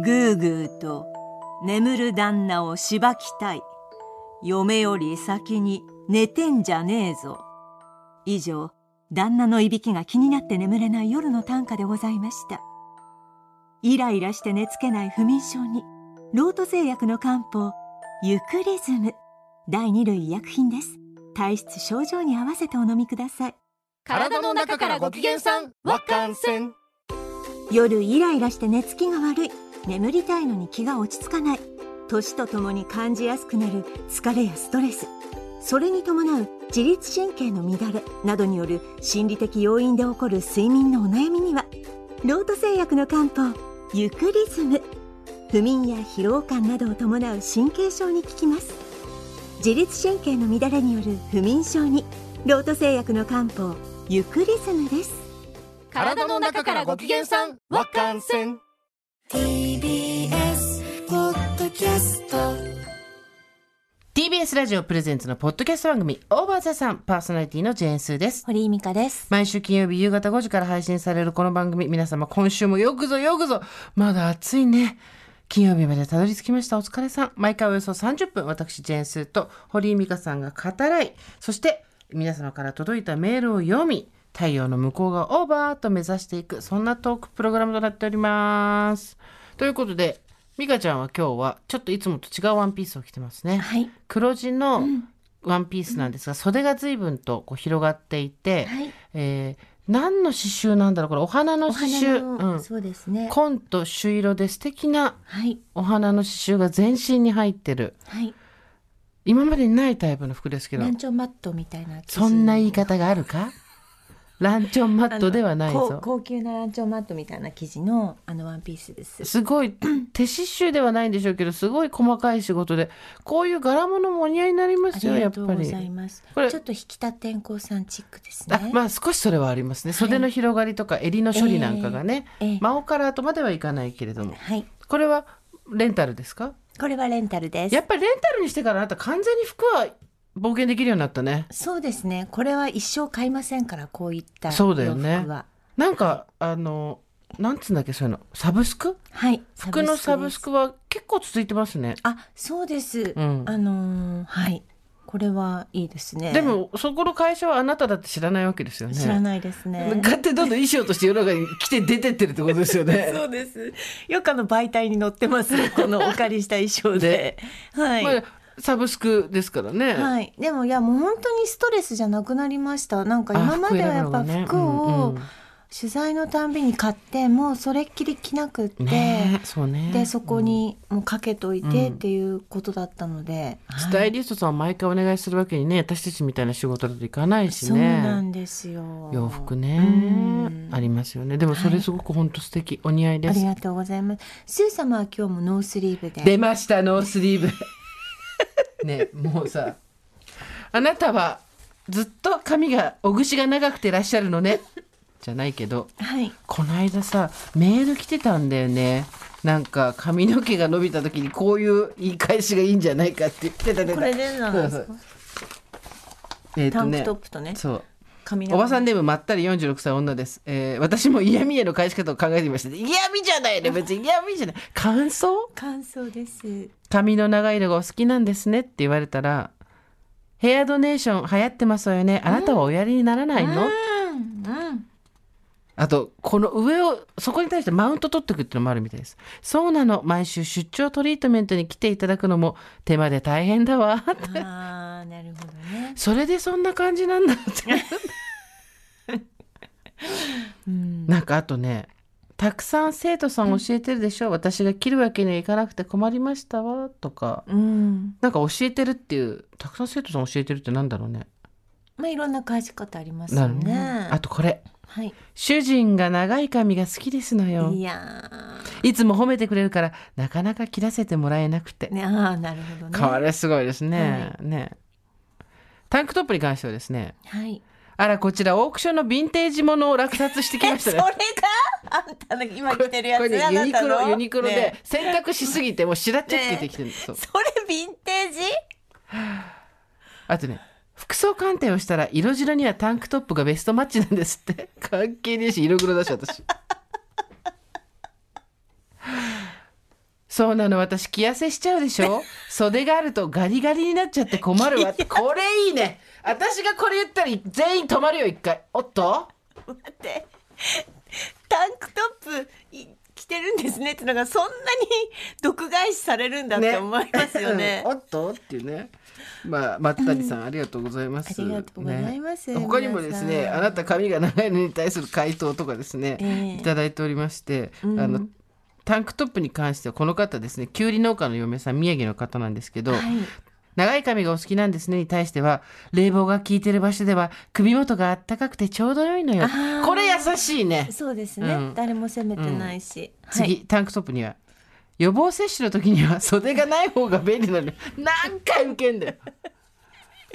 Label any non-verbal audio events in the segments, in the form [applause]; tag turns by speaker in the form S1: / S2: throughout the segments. S1: ぐーぐーと眠る旦那をしばきたい嫁より先に寝てんじゃねえぞ以上旦那のいびきが気になって眠れない夜の短歌でございましたイライラして寝つけない不眠症にロート製薬の漢方ユクリズム第2類医薬品です体質症状に合わせてお飲みください
S2: 体の中からご機嫌さんわかんせん
S1: 夜イライラして寝つきが悪い眠りたいのに気が落ち着かない年とともに感じやすくなる疲れやストレスそれに伴う自律神経の乱れなどによる心理的要因で起こる睡眠のお悩みにはロート製薬の漢方ユクリズム不眠や疲労感などを伴う神経症に効きます自律神経の乱れによる不眠症にロート製薬の漢方ユクリズムです
S2: 体の中からご機嫌さんわかんせん
S3: TBS ポッドキャスト
S4: TBS ラジオプレゼンツのポッドキャスト番組オーバーザさんパーソナリティのジェーンスーです
S5: 堀井美香です。
S4: 毎週金曜日夕方5時から配信されるこの番組皆様今週もよくぞよくぞまだ暑いね金曜日までたどり着きましたお疲れさん毎回およそ30分私ジェーンスーと堀井美香さんが語らいそして皆様から届いたメールを読み太陽の向こうがオーバーと目指していくそんなトークプログラムとなっておりますということで美香ちゃんは今日はちょっといつもと違うワンピースを着てますね
S5: はい。
S4: 黒地のワンピースなんですが、袖が随分とこう広がっていて、
S5: はい。
S4: えー何の刺繍なんだろうこれお花の
S5: お
S4: 刺
S5: 花の、
S4: 繍、
S5: そうです
S4: うん、
S5: ね。
S4: 紺と朱色で素敵な
S5: はい。
S4: お花の刺繍が全身に入ってる
S5: はい。
S4: 今までにないタイプの服ですけど
S5: ランチョンマットみたいな。
S4: そんな言い。方がある
S5: [laughs]
S4: かランチョンマットではない
S5: 高
S4: ぞ
S5: 高級なランチョンマットみたいな生地のあのワンピースです。
S4: す
S5: [clears throat]
S4: ごい手刺繍ではないんでしょうけどすごい細かい仕事でこういう柄物もお似合いになりま
S5: あ
S4: すよ
S5: り
S4: や
S5: が
S4: っ
S5: とう
S4: ぱ
S5: ご
S4: り
S5: ざいます。
S4: これ
S5: ちょっと引き立てんこうさんチックですね
S4: あ。まあ少しそれはありますね、
S5: い
S4: 袖の広がりとか襟の処理なんかがね、
S5: ええ
S4: 真央カラーとまではいかないけれども
S5: はい。
S4: これはレンタルですか
S5: これはレンタルです
S4: や。っぱりレンタルにしてからあなた完全に服は冒険できるようになったね
S5: そうですね。これは一生買いませんから、こういった
S4: そうだよね
S5: 洋服は。
S4: なんかあのなんつうんだっけそういうのサブスク
S5: はい。
S4: 服のサブ
S5: です
S4: スクは結構続いてますね、
S5: あ、そうです。
S4: うん
S5: あのーはい。これはいいですね。
S4: でもそこの会社はあなただって知らないわけですよね
S5: 知らないですね。
S4: 勝手にどんどん衣装として世の中に来て出てってるってことですよ [laughs] ね
S5: そうです。よくあの媒体に載って
S4: [laughs]
S5: ます。このお借りした衣装で。はい。
S4: まあサブスクですからね、
S5: はい、でもいやもう本当にストレスじゃなくなりましたなんか
S4: あ
S5: 今まではやっぱ
S4: 服選ぶのがね
S5: 服
S4: う
S5: を
S4: んうん
S5: 取材のたんびに買ってもうそれっきり着なくって、
S4: ねえそうね
S5: でそこにもうかけといて
S4: う
S5: っ
S4: ん
S5: ていうことだったので、はい
S4: スタイリストさんは毎回お願いするわけにね私たちみたいな仕事だといかないし
S5: そうな
S4: ね
S5: んですよ
S4: 洋服
S5: うん
S4: ねありますよねでもそれすごく本当素敵、お似合いで
S5: あ
S4: す
S5: りがとうございますスー様は今日もノースリーブで
S4: 出ましたノースリー
S5: [laughs]
S4: ブねもうさあなたはずっと髪がおぐしが長くてらっしゃるのねじゃないけど
S5: はい
S4: この間さメール来てたんだよねなんか髪の毛が伸びた時にこういう言い返しがいいんじゃないかって言ってたね
S5: これでなん
S4: [laughs]
S5: ですか
S4: えっ、
S5: タ
S4: と
S5: ンク
S4: ね
S5: トップとね
S4: そう
S5: 髪
S4: おばさん
S5: で
S4: でもまったり46歳女です、えー私も嫌味への返し方を考えていました嫌味じゃないね別に嫌味じゃない感想
S5: 感想です
S4: 髪の長いのがお好きなんですねって言われたらヘアドネーション流行ってますよねあなたはおやりにならないの、
S5: うん
S4: あとこの上をそこに対してマウント取ってくってのもあるみたいですそうなの毎週出張トリートメントに来ていただくのも手間で大変だわ
S5: ああなるほどね
S4: それでそんな感じなんだって
S5: うん
S4: なんかあとねたくさん生徒さん教えてるでしょ、私が切るわけにはいかなくて困りましたわとか
S5: うん
S4: なんか教えてるっていうたくさん生徒さん教えてるってなんだろうね。
S5: まあいろんな返し方あります
S4: な
S5: よ
S4: る
S5: ね
S4: あとこれ
S5: はい
S4: 主人が長い髪が好きですのよ
S5: いや
S4: いつも褒めてくれるからなかなか切らせてもらえなくて、
S5: ーねああなるほどね
S4: これすごいですね、ねタンクトップに関してはですね
S5: はい
S4: あらこちらオークションのヴィンテージものを落札してきまし
S5: [laughs] そ
S4: た
S5: [laughs] れ
S4: ね
S5: があんたの今着てるや
S4: これ
S5: つ
S4: ね
S5: あ
S4: ユ
S5: な
S4: ニ
S5: た
S4: クロ
S5: の
S4: ユニクロで
S5: ね
S4: 洗濯しすぎてもうしらっちゃっててきてるんです、そう
S5: それヴィンテージ
S4: あとね服装鑑定をしたら色白にはタンクトップがベストマッチなんですって [laughs] 関係ねえし色黒だし私そうなの私着痩せしちゃうでしょ袖があるとガリガリになっちゃって困るわこれいいね私がこれ言ったら全員止まるよ一回おっと
S5: 待って [laughs] タンクトップい着てるんですねってのがそんなに毒返しされるんだって思いますよ [laughs] ね
S4: うんおっとっていうね。まあ、まったりさん、ありがとうございます。
S5: ありがとうございます
S4: ね他にもですね、
S5: 皆さん
S4: あなた髪が長いのに対する回答とかですね、
S5: ええ
S4: いただいておりまして、あの。タンクトップに関してはこの方ですねきゅうり農家の嫁さん宮城の方なんですけど、長い髪がお好きなんですねに対しては冷房が効いてる場所では首元があったかくてちょうど良いのよ
S5: あー
S4: これ優しいね
S5: そうですね、
S4: うん
S5: 誰も責めてないし、
S4: 次、タンクトップには予防接種の時に [laughs] は袖がない方が便利なのよ何回受けんだよ [laughs]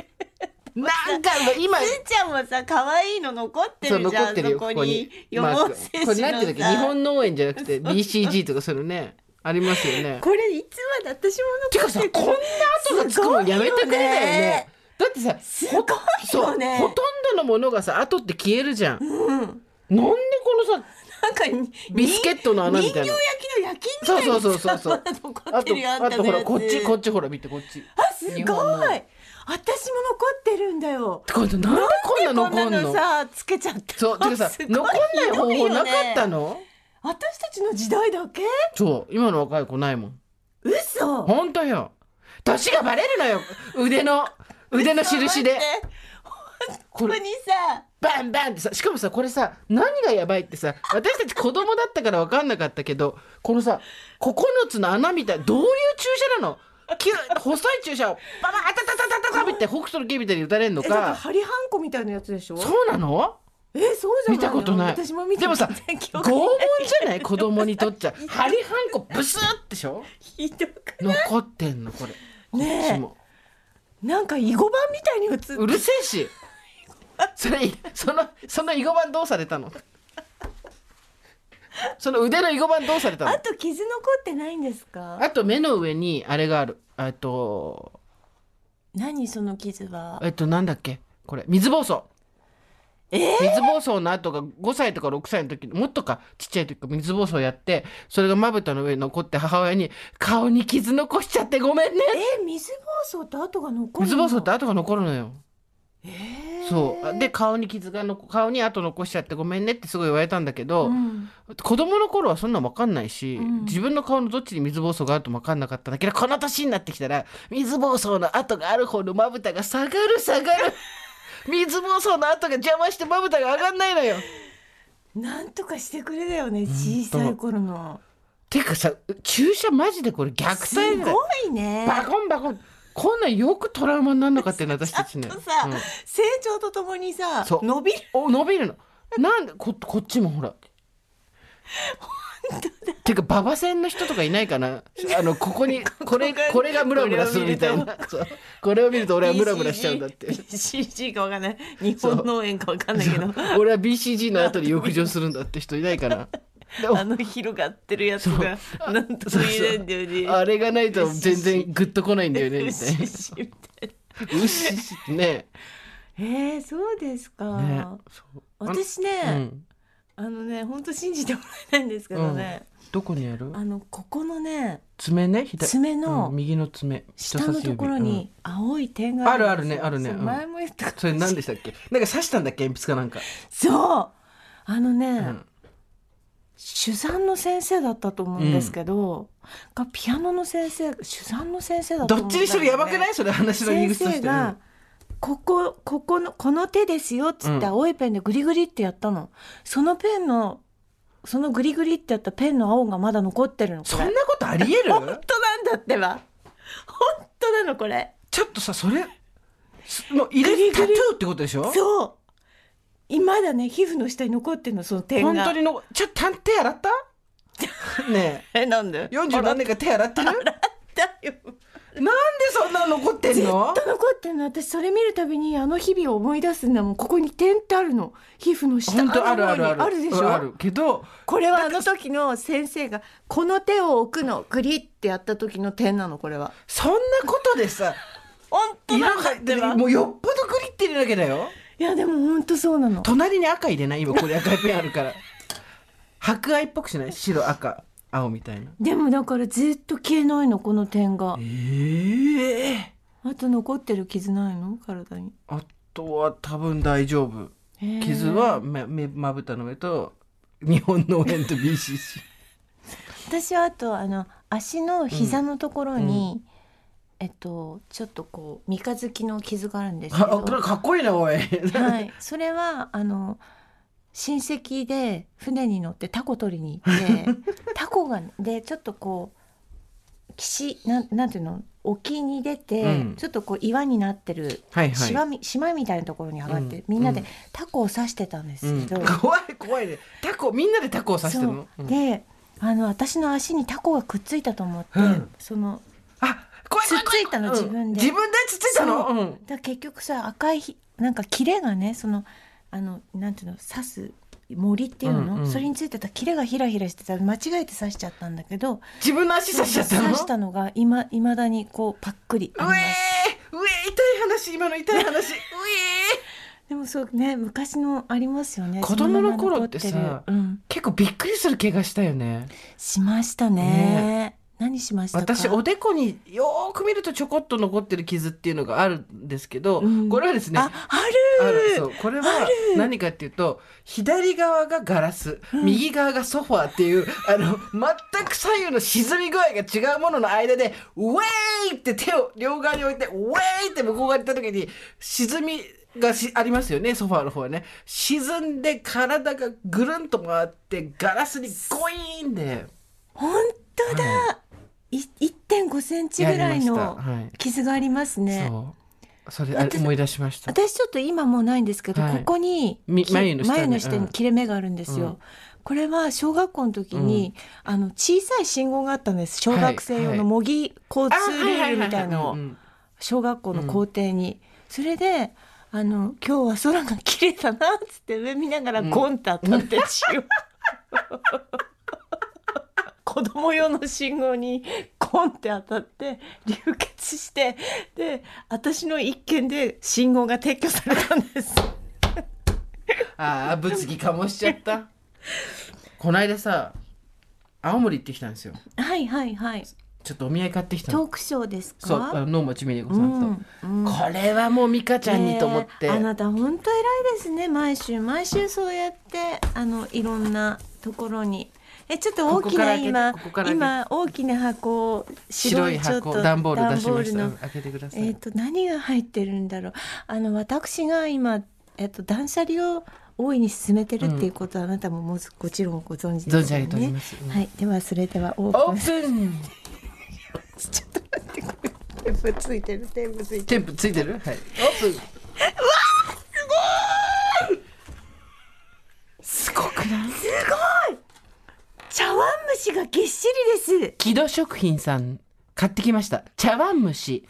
S4: 何回も今
S5: はい、すーちゃんもさ可愛いの残って
S4: そう
S5: るじ
S4: 残
S5: ゃ
S4: っ
S5: ん
S4: て
S5: そ
S4: るよこ
S5: こ
S4: こに
S5: に予
S4: マー
S5: 防
S4: ク
S5: 接種
S4: こ
S5: の
S4: れ
S5: さ
S4: なんていうの日本農園じゃなくて BCG とかその [laughs] ねありますよね
S5: これいつまで私も
S4: て
S5: 残
S4: か
S5: っ
S4: さ
S5: てる
S4: [laughs] こんな跡がつくのやめてくれだよねだってさ
S5: すごいよねすごいよね
S4: そうほとんどのものがさ跡って消えるじゃん、なんでこのさ
S5: なんかに
S4: ビスケットの穴みたい
S5: 人
S4: な
S5: 形焼きの焼きみた
S4: そう
S5: い
S4: そ
S5: な
S4: うそうそうそう
S5: まだ残
S4: あ
S5: って
S4: と
S5: るよあん
S4: あ
S5: た
S4: と
S5: の
S4: ほ
S5: やつ
S4: らこっちこっちほら見てこっち
S5: あすごい
S4: 日
S5: 私
S4: 本の
S5: も残ってるんだよ
S4: これなんでこんな
S5: なんでこ
S4: 残
S5: んなんの
S4: の
S5: さつけちゃった
S4: そうてか
S5: [laughs]
S4: さ
S5: すご
S4: 残んない方法なかった
S5: のひどいよね
S4: の
S5: 私たちの時代だけ
S4: そう今の若い子ないもん
S5: 嘘
S4: 本当よ年がバレるのよ腕の腕の印でこ
S5: ここ
S4: れ
S5: にさ
S4: バンバンってさしかもさこれさ何がやばいってさ私たち子供だったから分かんなかったけどこのさ9つの穴みたいどういう注射なのきゅ細い注射をババンあたたたたたたって北斗の拳みたいに打たれるの
S5: えだから
S4: か
S5: ハリハンコみたいなやつでしょ
S4: そうなの
S5: えそうじゃないの
S4: 見たことない
S5: 私も見た
S4: でもさ
S5: [laughs] 全然記
S4: 拷
S5: 憶
S4: 問じ
S5: [laughs]
S4: ゃない子供にとっちゃハリハンコブスッでしょ
S5: ひどく
S4: 残ってんのこれこっ
S5: ねえ
S4: ちも
S5: なんか囲碁盤みたいに映って
S4: うるせえしそれそのその囲碁盤どうされたのその腕の囲碁盤どうされたの
S5: あと傷残ってないんですか
S4: あと目の上にあれがあるえっと
S5: 何その傷は
S4: えっとなんだっけこれ水疱瘡
S5: えー
S4: 水疱瘡の後が5歳とか6歳の時にもっとかちっちゃい時か水疱瘡やってそれがまぶたの上に残って母親に「顔に傷残しちゃってごめんね」
S5: え水疱瘡って跡が残る
S4: 水
S5: の
S4: 疱瘡って跡が残るのよ。
S5: えー
S4: そうで顔に傷がの顔に跡残しちゃってごめんねってすごい言われたんだけど、
S5: うん
S4: 子供の頃はそんなん分かんないし、
S5: うん
S4: 自分の顔のどっちに水疱瘡があるとも分かんなかったんだけどこの年になってきたら水疱瘡の跡がある方のまぶたが下がる下がる水疱瘡の跡が邪魔してまぶたが上がんないのよ。
S5: なんとかしてくれだよね小さい頃の
S4: てかさ注射マジでこれ虐
S5: す
S4: 待
S5: ご
S4: だよ
S5: いね
S4: バコンバコンこんなんよくトラウマになるのかってね私た
S5: [laughs]
S4: ちね。
S5: あとさ、
S4: うん
S5: 成長とともにさ
S4: そう
S5: 伸びる
S4: お伸びるのなんでここっちもほらてか馬場線の人とかいないかなあのここにこれ
S5: ここが
S4: これがムラムラするみたいなそうこれを見ると俺はムラムラしちゃうんだって
S5: BCG かわかんない日本農園かわかんないけど
S4: 俺は BCG の後に浴場するんだって人いないかなでお
S5: あの広がってるやつがなんとも言えないんだよね
S4: あれがないと全然グッとこないんだよねみたいな
S5: BCG みたいな
S4: うっしーね
S5: えー、そうですか、
S4: ねそう
S5: 私ね、
S4: あのうん
S5: あのね本当信じてもらえないんですけどね、
S4: どこにある
S5: あのここのね
S4: 爪ね左
S5: 爪の
S4: うん右の爪
S5: 下
S4: 人差
S5: の
S4: し指
S5: ところ
S4: うん
S5: に青い点があるんですよ
S4: あるあるねあ
S5: そ
S4: るね
S5: う
S4: うん
S5: 前も言ったか
S4: それ何でしたっけなんか刺したんだっけ鉛筆かなんか、
S5: そうあのね、
S4: うん
S5: 主産の先生だったと思うんですけど、がピアノの先生主産の先生だった
S4: ど
S5: と思うん
S4: っち
S5: だ
S4: にしてもやば
S5: よ
S4: く
S5: ね
S4: ないそれ話の入り
S5: 先
S4: 口とし
S5: 生
S4: て、う
S5: が
S4: ん、
S5: ここここのこの手ですよっつっ
S4: うん
S5: て青いペンでグリグリってやったの、そのペンのそのグリグリってやったペンの青がまだ残ってるのこ
S4: そ
S5: れ
S4: んなことありえる
S5: 本当なんだってば本当なのこれ
S4: ちょっとさそれすもう入
S5: グリ
S4: れ
S5: グ
S4: タトゥ
S5: リ
S4: ーってことでしょ
S5: そう今だね皮膚の下に残ってるのその点が
S4: 本当にのちょっと探手
S5: [laughs]
S4: 洗ったね
S5: え [laughs] なんで
S4: え40何年か手洗ってるなんで
S5: だよ
S4: そんなの残ってんの
S5: ずっと残ってるの私それ見るたびにあの日々を思い出すんだもんここに点ってあるの皮膚の下
S4: 本当ある
S5: の方
S4: あ
S5: に
S4: るある
S5: あるでし
S4: うん
S5: ょ
S4: あるけど
S5: これはあの時の先生がこの手を置くのグリってやった時の点なのこれは
S4: そんなことでさ
S5: 本当
S4: 色
S5: なんだ
S4: が
S5: ってば
S4: もうよっぽどグリってるだけだよ
S5: いやでも本当そうなの
S4: [laughs] 隣に赤入れない今これ赤いペンあるから白愛っぽくしない白赤青みたいな
S5: でもだからずっと消えないのこの点が
S4: ええ
S5: あと残ってる傷ないの体に
S4: あとは多分大丈夫
S5: へー
S4: 傷は目目まぶたの上と日本の円と BCC
S5: 私はあとあの足の膝のところに、えっとちょっとこう三日月の傷 [laughs] があるんですけど
S4: あこれかっこいいな [laughs] おい
S5: はい、 [laughs] それはあの親戚で船に乗ってタコ取りに行
S4: [laughs]
S5: ってタコがでちょっとこう岸なんなんていうの沖に出て、
S4: うん
S5: ちょっとこう岩になってる
S4: はいはい
S5: 島み,、島みたいなところに上がって、
S4: うん
S5: みんな
S4: う
S5: で
S4: ん
S5: タコを刺してたんですけど、
S4: うん怖い怖いねタコみんなでタコを刺してるの、
S5: そう
S4: うん
S5: であの私の足にタコがくっついたと思って、
S4: うん
S5: その
S4: あ怖い怖い怖
S5: つっ
S4: い
S5: ついたの
S4: うん
S5: 自分で
S4: 自分でつっついた
S5: そ
S4: の
S5: う
S4: うん
S5: だから結局さ赤いひなんか切れがねそのあのなんていうの刺す森っていうの、
S4: うんうん
S5: それについてた切れがひらひらしてた間違えて刺しちゃったんだけど
S4: 自分の足刺しちゃったの
S5: 刺したのがいま未だにこうパックリあり
S4: う
S5: ま
S4: え
S5: す
S4: ーうえー痛い話今の痛
S5: [laughs]
S4: い話うえ
S5: でもそうね昔のありますよね
S4: 子供の頃ってさ
S5: そのまま残ってるうん
S4: ー、結構びっくりする怪我したよね
S5: しましたね
S4: ね
S5: 何しましたか
S4: 私おでこによーく見るとちょこっと残ってる傷っていうのがあるんですけど、
S5: うん
S4: これはですね
S5: あある
S4: あるそうこれは
S5: ある
S4: 何かっていうと左側がガラス、右側がソファーっていうあの全く左右の沈み具合が違うものの間でウェーイって手を両側に置いてウェーイって向こう側に行った時に沈みがしありますよねソファーの方はね沈んで体がぐるんと回ってガラスにゴイーンで
S5: 本当だ、、
S4: はい
S5: 1.5センチぐらい
S4: やり
S5: の
S4: ましたはい
S5: 傷がありますね、
S4: そうそれあれ
S5: 私
S4: 思い出しました
S5: 私ちょっと今もうないんですけど、
S4: はい
S5: ここに
S4: み
S5: き
S4: 眉の下にうん
S5: に切れ目があるんですよ、
S4: うん
S5: これは小学校の時に、あの小さい信号があったんです小学生用
S4: はい
S5: の
S4: はい
S5: 模擬交通ルールみたいの
S4: う
S5: を
S4: ん
S5: 小学校の校庭に、それであの今日は空が綺麗だなっつって上見ながらゴンって当たって血を、 [laughs] 子供用の信号にゴンって当たって流血してで私の一件で信号が撤去されたんです。
S4: ああ物議かもしちゃったこないださ青森行ってきたんですよ
S5: [laughs] はいはいはい。
S4: ちょっとお土産買ってきた
S5: ト
S4: の
S5: ークショーですか。
S4: そうあの能町みね子さんと、
S5: うんうん
S4: これはもう美香ちゃんにと思って、
S5: ねえあなた本当偉いですね毎週毎週そうやってあのいろんなところにえちょっと大きな今
S4: ここから開けてここから開けて
S5: 今大きな箱を
S4: 白い
S5: ちょっ
S4: 箱
S5: と
S4: 段ボール出しまし
S5: 段
S4: た
S5: ボールの
S4: 開けてください、
S5: えっ、と何が入ってるんだろうあの私が今えっ、と断捨離を大いに進めてるっていうことは、あなたももずもちろんご存知ですよね
S4: 存じ上げておりますうん
S5: はいではそれではオー
S4: オ
S5: プン
S4: ープン
S5: ちょっと待ってこれテープついてるテープついてる
S4: テンプついてるはいオープンうわすごいすごくない
S5: すごい茶碗蒸しがぎっしりです
S4: 木戸食品さん買ってきました茶碗蒸し、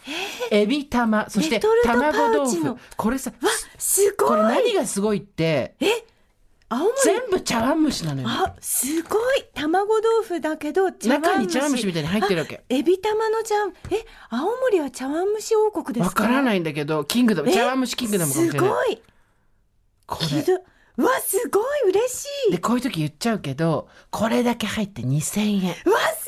S4: エビ玉そして
S5: レトルトパウチの
S4: 卵豆腐これさ
S5: わすごい
S4: これ何がすごいって
S5: 青森
S4: 全部茶碗蒸しなのよ
S5: あすごい卵豆腐だけど茶碗蒸し
S4: 中に茶碗蒸しみたいに入ってるわけ
S5: あエビ玉の茶碗え青森は茶碗蒸し王国で
S4: わ
S5: すか
S4: から
S5: い
S4: ないんだけどキングダム茶碗蒸しキングダムかもしれ
S5: す
S4: ない
S5: ごい
S4: こ
S5: ひ
S4: れ
S5: どいうわすごい嬉しい
S4: でこういう時言っちゃうけどこれだけ入って2000円
S5: うわすごい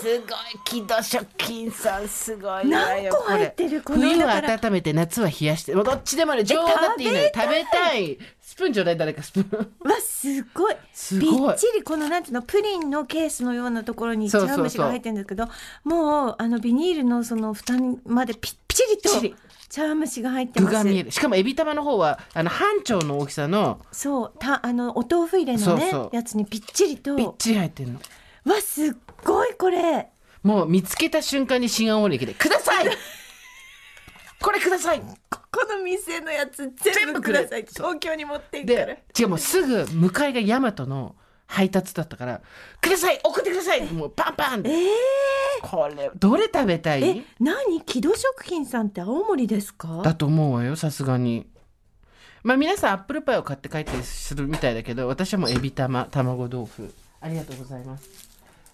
S4: すごい木戸食品さんすごいわ
S5: 何
S4: よ
S5: 個
S4: これ
S5: 入ってるこの
S4: 冬は
S5: だから
S4: 温めて夏は冷やしてもうどっちでもね情報だっていいのよ食べたいスプーンちょうだい誰かスプーン
S5: うわすごい
S4: すごい
S5: びっちりこのなんていうのプリンのケースのようなところに
S4: そ
S5: 茶
S4: うそうそう
S5: 碗蒸しが入ってるんですけどもうあのビニールのその蓋までぴっちりと
S4: ぴっちり
S5: 茶碗蒸しが入って
S4: 具
S5: ます
S4: が見えるしかもエビ玉の方はあの半丁の大きさの
S5: そうたあのお豆腐入れのね
S4: そうそう
S5: やつにぴっちりと
S4: びっちり入ってるの
S5: わすっごいこれ
S4: もう見つけた瞬間に新青森駅で「く
S6: [laughs]
S4: ださい!」これください
S5: ここの店のやつ
S4: 全部ください
S5: 東京に持ってい
S4: で違うもうすぐ向かいが大和の配達だったから「ください送ってください!」もうパンパン
S5: えー、
S4: これどれ食べた
S5: え
S4: い
S5: 何木戸食品さんって青森です
S4: だ
S5: か
S4: と思うわよさすがにまあ皆さんアップルパイを買って帰ったりするみたいだけど私はもうエビ玉卵豆腐ありがとうございます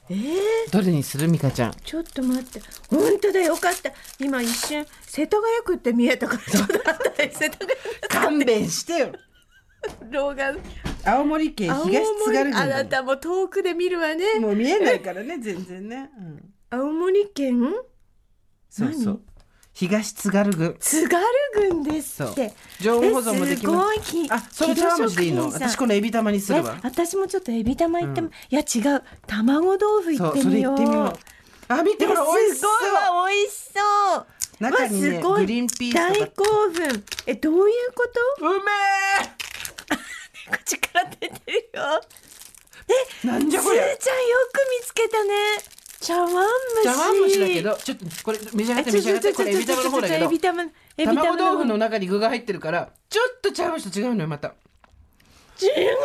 S5: えー、
S4: どれにするミカちゃん
S5: ちょっと待って本当だよかった今一瞬世田谷区って [laughs] 見えたからちょっと待って世田谷
S4: 勘弁してよ
S5: 老眼
S6: 青森県東津軽
S5: あな
S6: 郡だ
S5: たも遠くで見るわね
S6: もんもう見えないからね全然ね、うん、
S5: 青森県
S4: そうそう東津軽郡
S5: 津軽郡ですって
S4: 常温保存も
S5: え
S4: ですきま
S5: ごいき
S4: すあそれ茶碗蒸しでいい
S5: 木
S4: の
S5: 戸食品
S4: 私
S5: さん
S4: このエビ玉にする
S5: え
S4: わ
S5: 私もちょっとエビ玉行っても、いや違う卵豆腐行
S4: そ
S5: っ
S4: う
S5: て
S4: それ
S5: み
S4: 行
S5: よう
S4: ってみようあ見てほら美
S5: え
S4: 味し
S5: す
S4: そう
S5: ごいわ美味しそう
S4: 中にね
S5: うわすごい
S4: グリーンピース
S5: 大
S4: とか
S5: 興奮えどういうこと
S4: うめ
S5: 口から出てるよ
S4: えなん
S5: すーち
S4: じ
S5: ゃ
S4: ゃ
S5: ん
S4: こ
S5: よ
S4: りゃ
S5: く見つけたね茶碗蒸し
S4: 茶碗蒸しだけどちょっとこれ召し上がっ
S5: え
S4: て
S5: ち
S4: 召
S5: ょ
S4: し上
S5: ちょ
S4: がっ
S5: ち
S4: て
S5: ょ
S4: こ
S5: ちょ
S4: れエビ玉の方だけ
S5: エ
S4: ど
S5: ビ玉エビ玉
S4: 卵豆腐
S5: の
S4: の中に具が入ってるからちょっと茶碗蒸しと違うのよまた
S5: 違う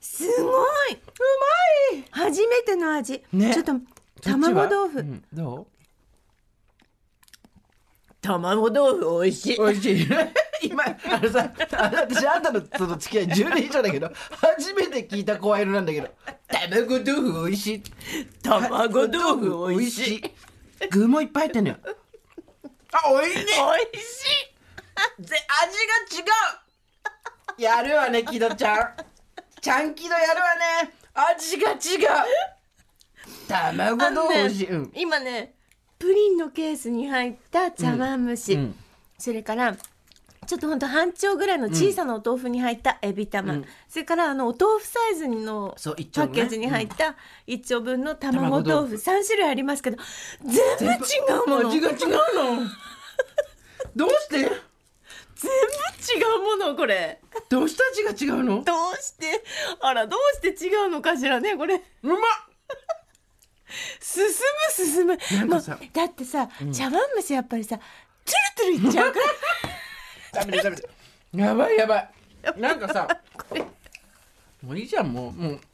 S5: すごいうまい初めての味、
S4: ね
S5: ちょっと
S4: そっちは
S5: 卵豆腐、
S4: うんど
S5: 卵豆腐美味しいう
S4: 美味しい今あのさあの私あんたのとの付き合い10年以上だけど初めて聞いた声色なんだけど卵豆腐美味しい
S5: 卵豆腐美味しい
S4: しい具もいっぱい入ってんのよあ美味しい
S5: 美味し
S4: [laughs]
S5: いぜ味が違う
S4: やるわねキドちゃんちゃんキドやるわね味が違う卵
S5: あの
S4: 豆
S5: ね
S4: 腐美味しい、うん
S5: 今ねプリンのケースに入った茶碗蒸し、
S4: うん
S5: それからちょっとほんと半丁ぐらいの小さなお豆腐に入ったエビ玉、
S4: うん
S5: それからあのお豆腐サイズの
S4: そう一丁
S5: パ
S4: ね
S5: ッケージに入った一丁分の卵
S4: 卵豆腐
S5: 豆腐三種類ありますけど全部違うもの
S4: 味
S5: 全部違
S4: が違うのどうして
S5: うものこれ
S4: どうして味が違うの
S5: どうしてあらどうして違うのかしらねこれ
S4: うまっ
S5: 進む進む
S4: なんかさ
S5: もうだってさ、茶碗蒸しやっぱりさトゥルトゥルいっちゃうから
S4: 食べて食べてやばいやばいなんか [laughs] さもういいじゃんもうもう [laughs]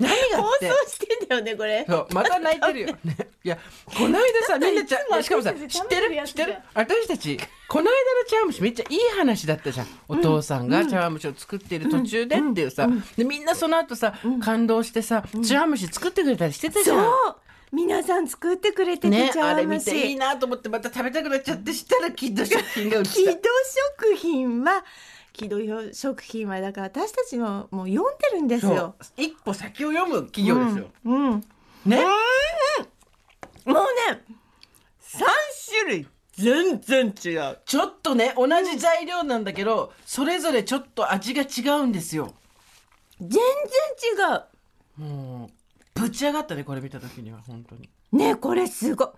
S4: 何が
S5: 放
S4: って
S5: 送してんだよねこれ
S4: そうまた泣いてるよ、 [laughs] ね、いやこの間さみんなちゃんいやしかもさ知ってる知ってる私たちこの間の茶碗蒸しめっちゃいい話だったじゃん、お父さんが茶碗蒸しを作っている途中でっていうさ、でみんなその後さ、感動してさ茶碗蒸し作ってくれたりしてたじゃん、
S5: そう皆さん作ってくれてて
S4: ね、
S5: 茶
S4: あれ
S5: 碗蒸
S4: 見
S5: し、
S4: ていいなと思ってまた食べたくなっちゃってしたらキッド食品が売って
S5: 木戸食品は木戸食品はだから私たちのもう読んでるんです
S4: た
S5: よ。
S4: そう一歩先を読む企業ですよ、
S5: うん、もうね
S4: ね
S5: 3種類全然違う。
S4: ちょっとね同じ材料なんだけどそれぞれちょっと味が違うんですよ
S5: 全然違
S4: もうぶち上がったねこれ見た時には本当に
S5: う。ねこれすご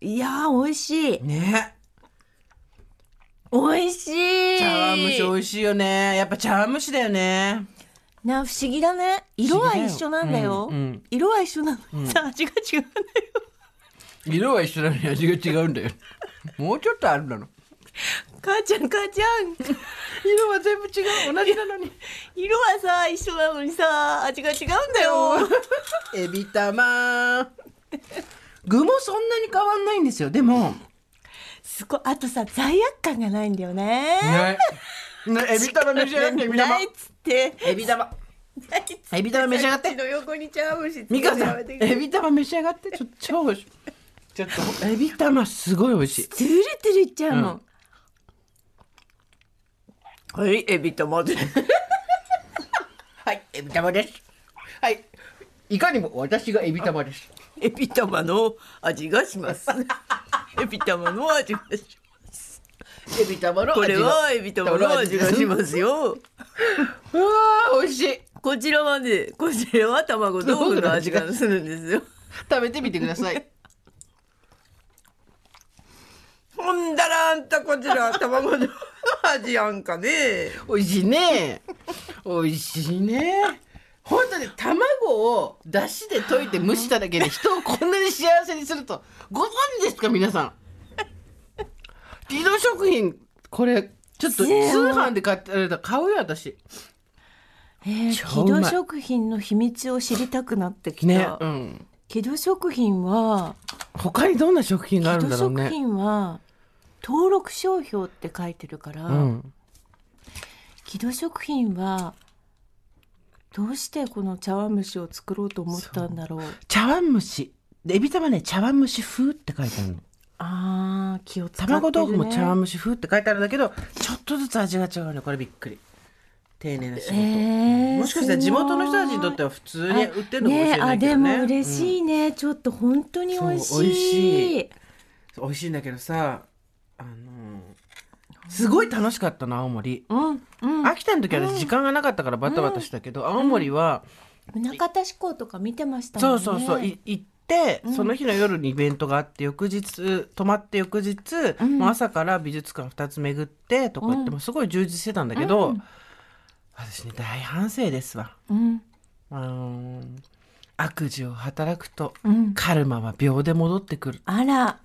S5: い。いやー美味しい。
S4: ね
S5: 美味しい。
S4: 茶碗蒸し美味しいよねやっぱ茶碗蒸しだよね
S5: な不思議だね。色は一緒なんだよ。
S4: うんうん
S5: 色は一緒なのにさ、味が違うんだよ。
S4: 色は一緒なのに味が違うんだ [laughs] よもうちょっとあるだろ
S5: 母ちゃん母ちゃん。
S4: 色は全部違う同じなのに
S5: 色はさ一緒なのにさ味が違うんだよ。
S4: [laughs] エビ玉具もそんなに変わんないんですよでも
S5: すごいあとさ罪悪感がないんだよね。
S4: ねねエビ玉召し上がってエビ [laughs] 玉
S5: ないっつって。
S4: エビ玉エビ玉召し上がって
S5: さきの横に茶碗蒸しつ
S4: 美
S5: けて
S4: 香
S5: 食
S4: さ
S5: べ
S4: ん
S5: てくれ
S4: エビ玉召し上がってちょっと超美味しいちょっとエビ玉すごい美味しい
S5: トゥルトゥルいっちゃうもん。はいエビ玉で。
S4: はい、エビ玉です。はい。いかにも私がエビ玉です。
S5: エビ玉の味がし [laughs] ます。エビ玉の味がします。
S4: エビ玉の味が
S5: これはエビ玉の味がしますよ。
S4: うわー、美味しい。
S5: こちらはねこちらは卵豆腐の味がするんですよ。
S4: 食べてみてくだ [laughs] さい。
S5: ほんだらあんたこちら卵の味やんかね。
S4: 美味しいね。美味しいね。本当に卵を出汁で溶いて蒸しただけで人をこんなに幸せにするとご存知ですか皆さ [laughs] ん。リド食品これちょっと通販で買ってられたら買うよ私。
S5: [laughs] えー、
S4: 超
S5: 木
S4: うまい
S5: 戸食品の秘密を知りたくなってきた。
S4: ね、うん。
S5: 木戸食品は
S4: 他にどんな食品があ
S5: 木
S4: るん
S5: 戸
S4: だろう
S5: 食
S4: ね。
S5: 品は登録商標って書いてるから、
S4: うん。
S5: 木戸食品はどうしてこの茶碗蒸しを作ろうと思ったんだろう
S4: 茶碗蒸しエビ玉ね茶碗蒸し風って書いてあるの
S5: ああ気を使ってる、ね、
S4: 卵豆腐も茶碗蒸し風って書いてあるんだけどちょっとずつ味が違うねこれびっくり丁寧な仕
S5: え
S4: 事、
S5: ー
S4: もしかしたら地元の人たちにとっては普通に売ってるのかもしれないけどね
S5: あでも嬉
S4: うん
S5: しいね、ちょっと本当に美味しい
S4: そう美味しい美味しいんだけどさあのーすごい楽しかったの青森、
S5: うんうん
S4: 秋田の時は私時間がなかったからバタバタしたけど、青森は、
S5: 中田志向とか見てました
S4: そ
S5: もん
S4: う
S5: ね
S4: そうそうい行って、その日の夜にイベントがあって翌日泊まって翌日、もう朝から美術館2つ巡ってとか言って、もうすごい充実してたんだけど、私ね大反省ですわ。
S5: うん
S4: あのー悪事を働くと、
S5: うん
S4: カルマは秒で戻ってくる
S5: あら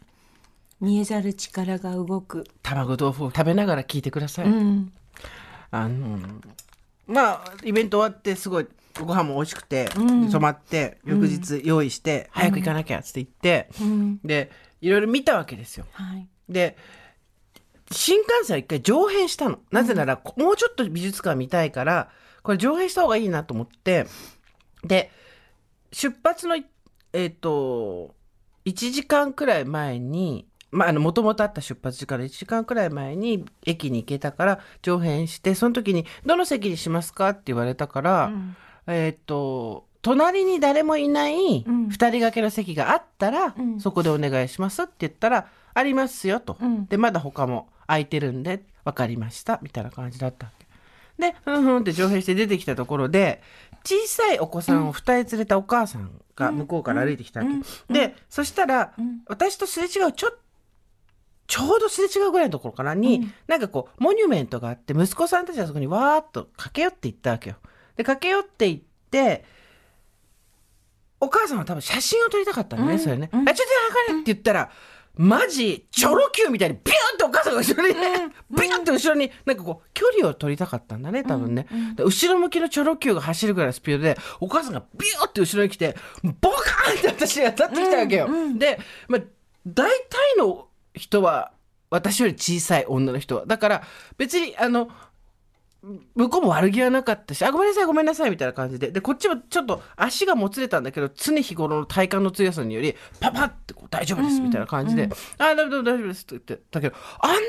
S5: 見えざる力が動く
S4: 卵豆腐を食べながら聞いてください。
S5: うん
S4: あのまあイベント終わってすごいご飯も美味しくて、泊まって翌日用意して、早く行かなきゃっつって行って、
S5: うん
S4: でいろいろ見たわけですよ。
S5: はい
S4: で新幹線は一回上編したのなぜなら、こもうちょっと美術館見たいからこれ上編した方がいいなと思ってで出発のえっ、と1時間くらい前にまああの元々あった出発時間の1時間くらい前に駅に行けたから上編してその時に「どの席にしますか?」って言われたから、
S5: ん
S4: えっ、と隣に誰もいない
S5: うん
S4: 2人掛けの席があったら、
S5: うん
S4: そこでお願いしますって言ったら「ありますよ」と。
S5: うん
S4: でまだ他も空いてるんで分かりましたみたいな感じだったわけでふんふんって上辺して出てきたところで小さいお子さんを2人連れたお母さんが向こうから歩いてきたわけ、でそしたら、私とすれ違うちょちょうどすれ違うぐらいのところからに、なんかこうモニュメントがあって息子さんたちはそこにわーっと駆け寄っていったわけよで駆け寄っていってお母さんは多分写真を撮りたかったのね、それね、あちょっと離れって言ったらマジチョロ Q みたいにビューンとお母さんが後ろに、ビューンと後ろになんかこう距離を取りたかったんだね多分ね、で後ろ向きのチョロ Q が走るぐらいのスピードでお母さんがビューって後ろに来てボカーンって私に当たってきたわけよ、で、まあ、大体の人は私より小さい女の人はだから別にあの向こうも悪気はなかったし、あ、ごめんなさい、ごめんなさい、みたいな感じで。で、こっちもちょっと足がもつれたんだけど、常日頃の体幹の強さにより、パパってこう、大丈夫です、みたいな感じで、あ、大丈夫、大丈夫ですって言ってたけど、あんなに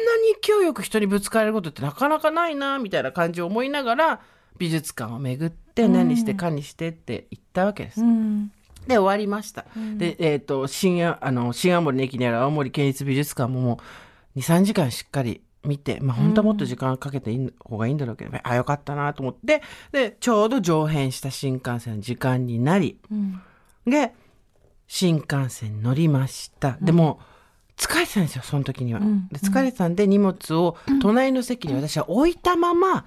S4: 勢いよく人にぶつかれることってなかなかないな、みたいな感じを思いながら、美術館を巡って、何してかにしてって言ったわけです。
S5: うん
S4: で終わりました、で、えー、と新ああの新青森の駅にある青森県立美術館ももう23時間しっかり見て、まあ、本当はもっと時間かけていいん方がいいんだろうけど、あよかったなと思ってでちょうど上編した新幹線の時間になり、で新幹線乗りました、でも疲れてたんですよその時には、で疲れてたんで荷物を隣の席に私は置いたまま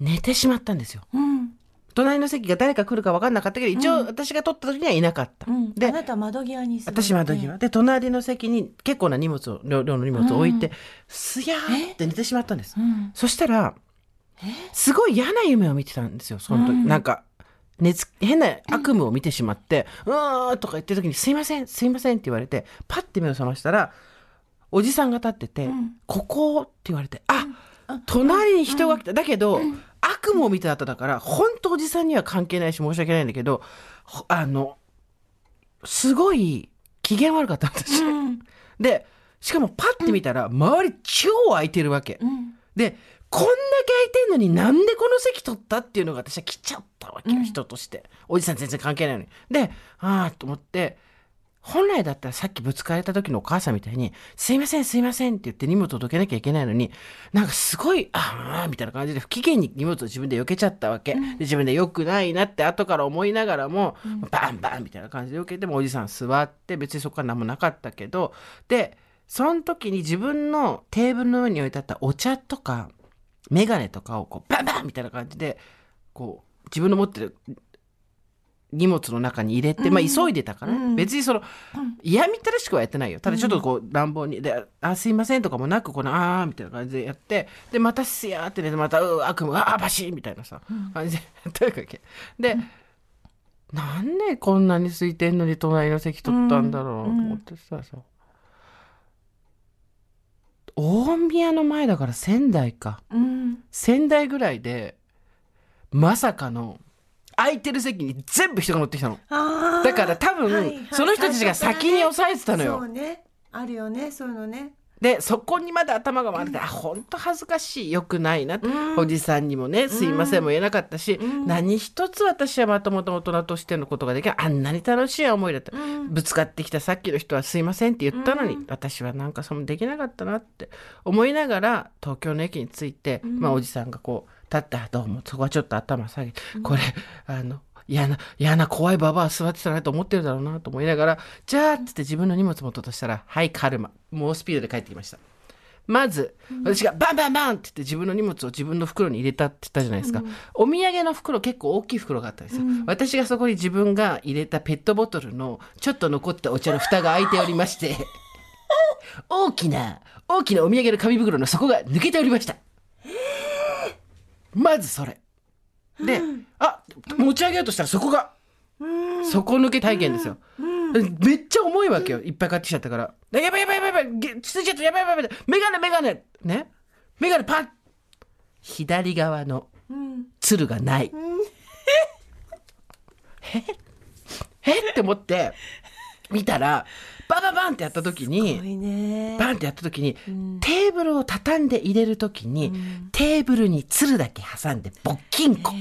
S4: 寝てしまったんですよ
S5: うん
S4: 隣の席が誰か来るか分かんなかったけど一応私が取った時にはいなかった、
S5: うんあ
S4: で
S5: なた窓際に座って
S4: 私窓際で隣の席に結構な荷物を量量の荷物を置いて、すやーって寝てしまったんです、
S5: ん
S4: そしたらすごい嫌な夢を見てたんですよその時、なんか寝つ変な悪夢を見てしまって「うーん」とか言ってる時に「すいませんすいません」って言われてパッて目を覚ましたらおじさんが立ってて「ここ」って言われて「あ、隣に人が来た」だけど、悪夢を見てた後だから本当おじさんには関係ないし申し訳ないんだけどほあのすごい機嫌悪かった私、でしかもパッて見たら周り超空いてるわけ、でこんだけ空いてんのになんでこの席取ったっていうのが私は来ちゃったわけよ、人としておじさん全然関係ないのにでああと思って本来だったらさっきぶつかれた時のお母さんみたいに「すいませんすいません」って言って荷物をどけなきゃいけないのになんかすごい「ああ」みたいな感じで不機嫌に荷物を自分で避けちゃったわけ、で自分で良くないなって後から思いながらも、バンバンみたいな感じで避けてもおじさん座って別にそこから何もなかったけどでその時に自分のテーブルの上に置いてあったお茶とか眼鏡とかをこうバンバンみたいな感じでこう自分の持ってる荷物の中に入れて、まあ急いでたからね、別にその、嫌みったらしくはやってないよただちょっとこう乱暴に「であすいません」とかもなくこの「ああ」みたいな感じでやってでまた「すや」ってねまた「うー悪夢ああバシー」みたいなさ感じでやったわけで、なんでこんなに空いてんのに隣の席取ったんだろうと思ってさ、さ大宮の前だから仙台か
S5: うん
S4: 仙台ぐらいでまさかの空いてる席に全部人が乗ってきたの
S5: あー
S4: だから多
S5: はいはい
S4: 分その人たちが先に押さえてたのよ、
S5: そうねあるよねそういうのね
S4: でそこにまで頭が回って、あ本当恥ずかしいよくないなって、おじさんにもねすいませんも言えなかったし、何一つ私はまともと大人としてのことができないあんなに楽しい思いだった、ぶつかってきたさっきの人はすいませんって言ったのに、私はなんかそのできなかったなって思いながら東京の駅に着いて、まあ、おじさんがこう立ってあどうもそこはちょっと頭下げて、これあの嫌な、嫌な怖いババア座ってたなと思ってるだろうなと思いながら、じゃあっつって自分の荷物持とうとしたら、はい、カルマ。猛スピードで帰ってきました。まず、私がバンバンバンって言って自分の荷物を自分の袋に入れたって言ったじゃないですか。お土産の袋結構大きい袋があったんですよ。私がそこに自分が入れたペットボトルのちょっと残ったお茶の蓋が開いておりまして、大きな、大きなお土産の紙袋の底が抜けておりました。まずそれ。で、あ持ち上げようとしたらそこが、底抜け体験ですよ、めっちゃ重いわけよいっぱい買ってきちゃったから「やばいやばいやばいやばいげついちゃったやばいやばいやばいメガネメガネねメガネパッ左側のつるがない、ええって思って見たらバババンってやった時に
S5: いいね
S4: バンってやった時に、テーブルを畳んで入れる時に、テーブルにつるだけ挟んでボッキンコ、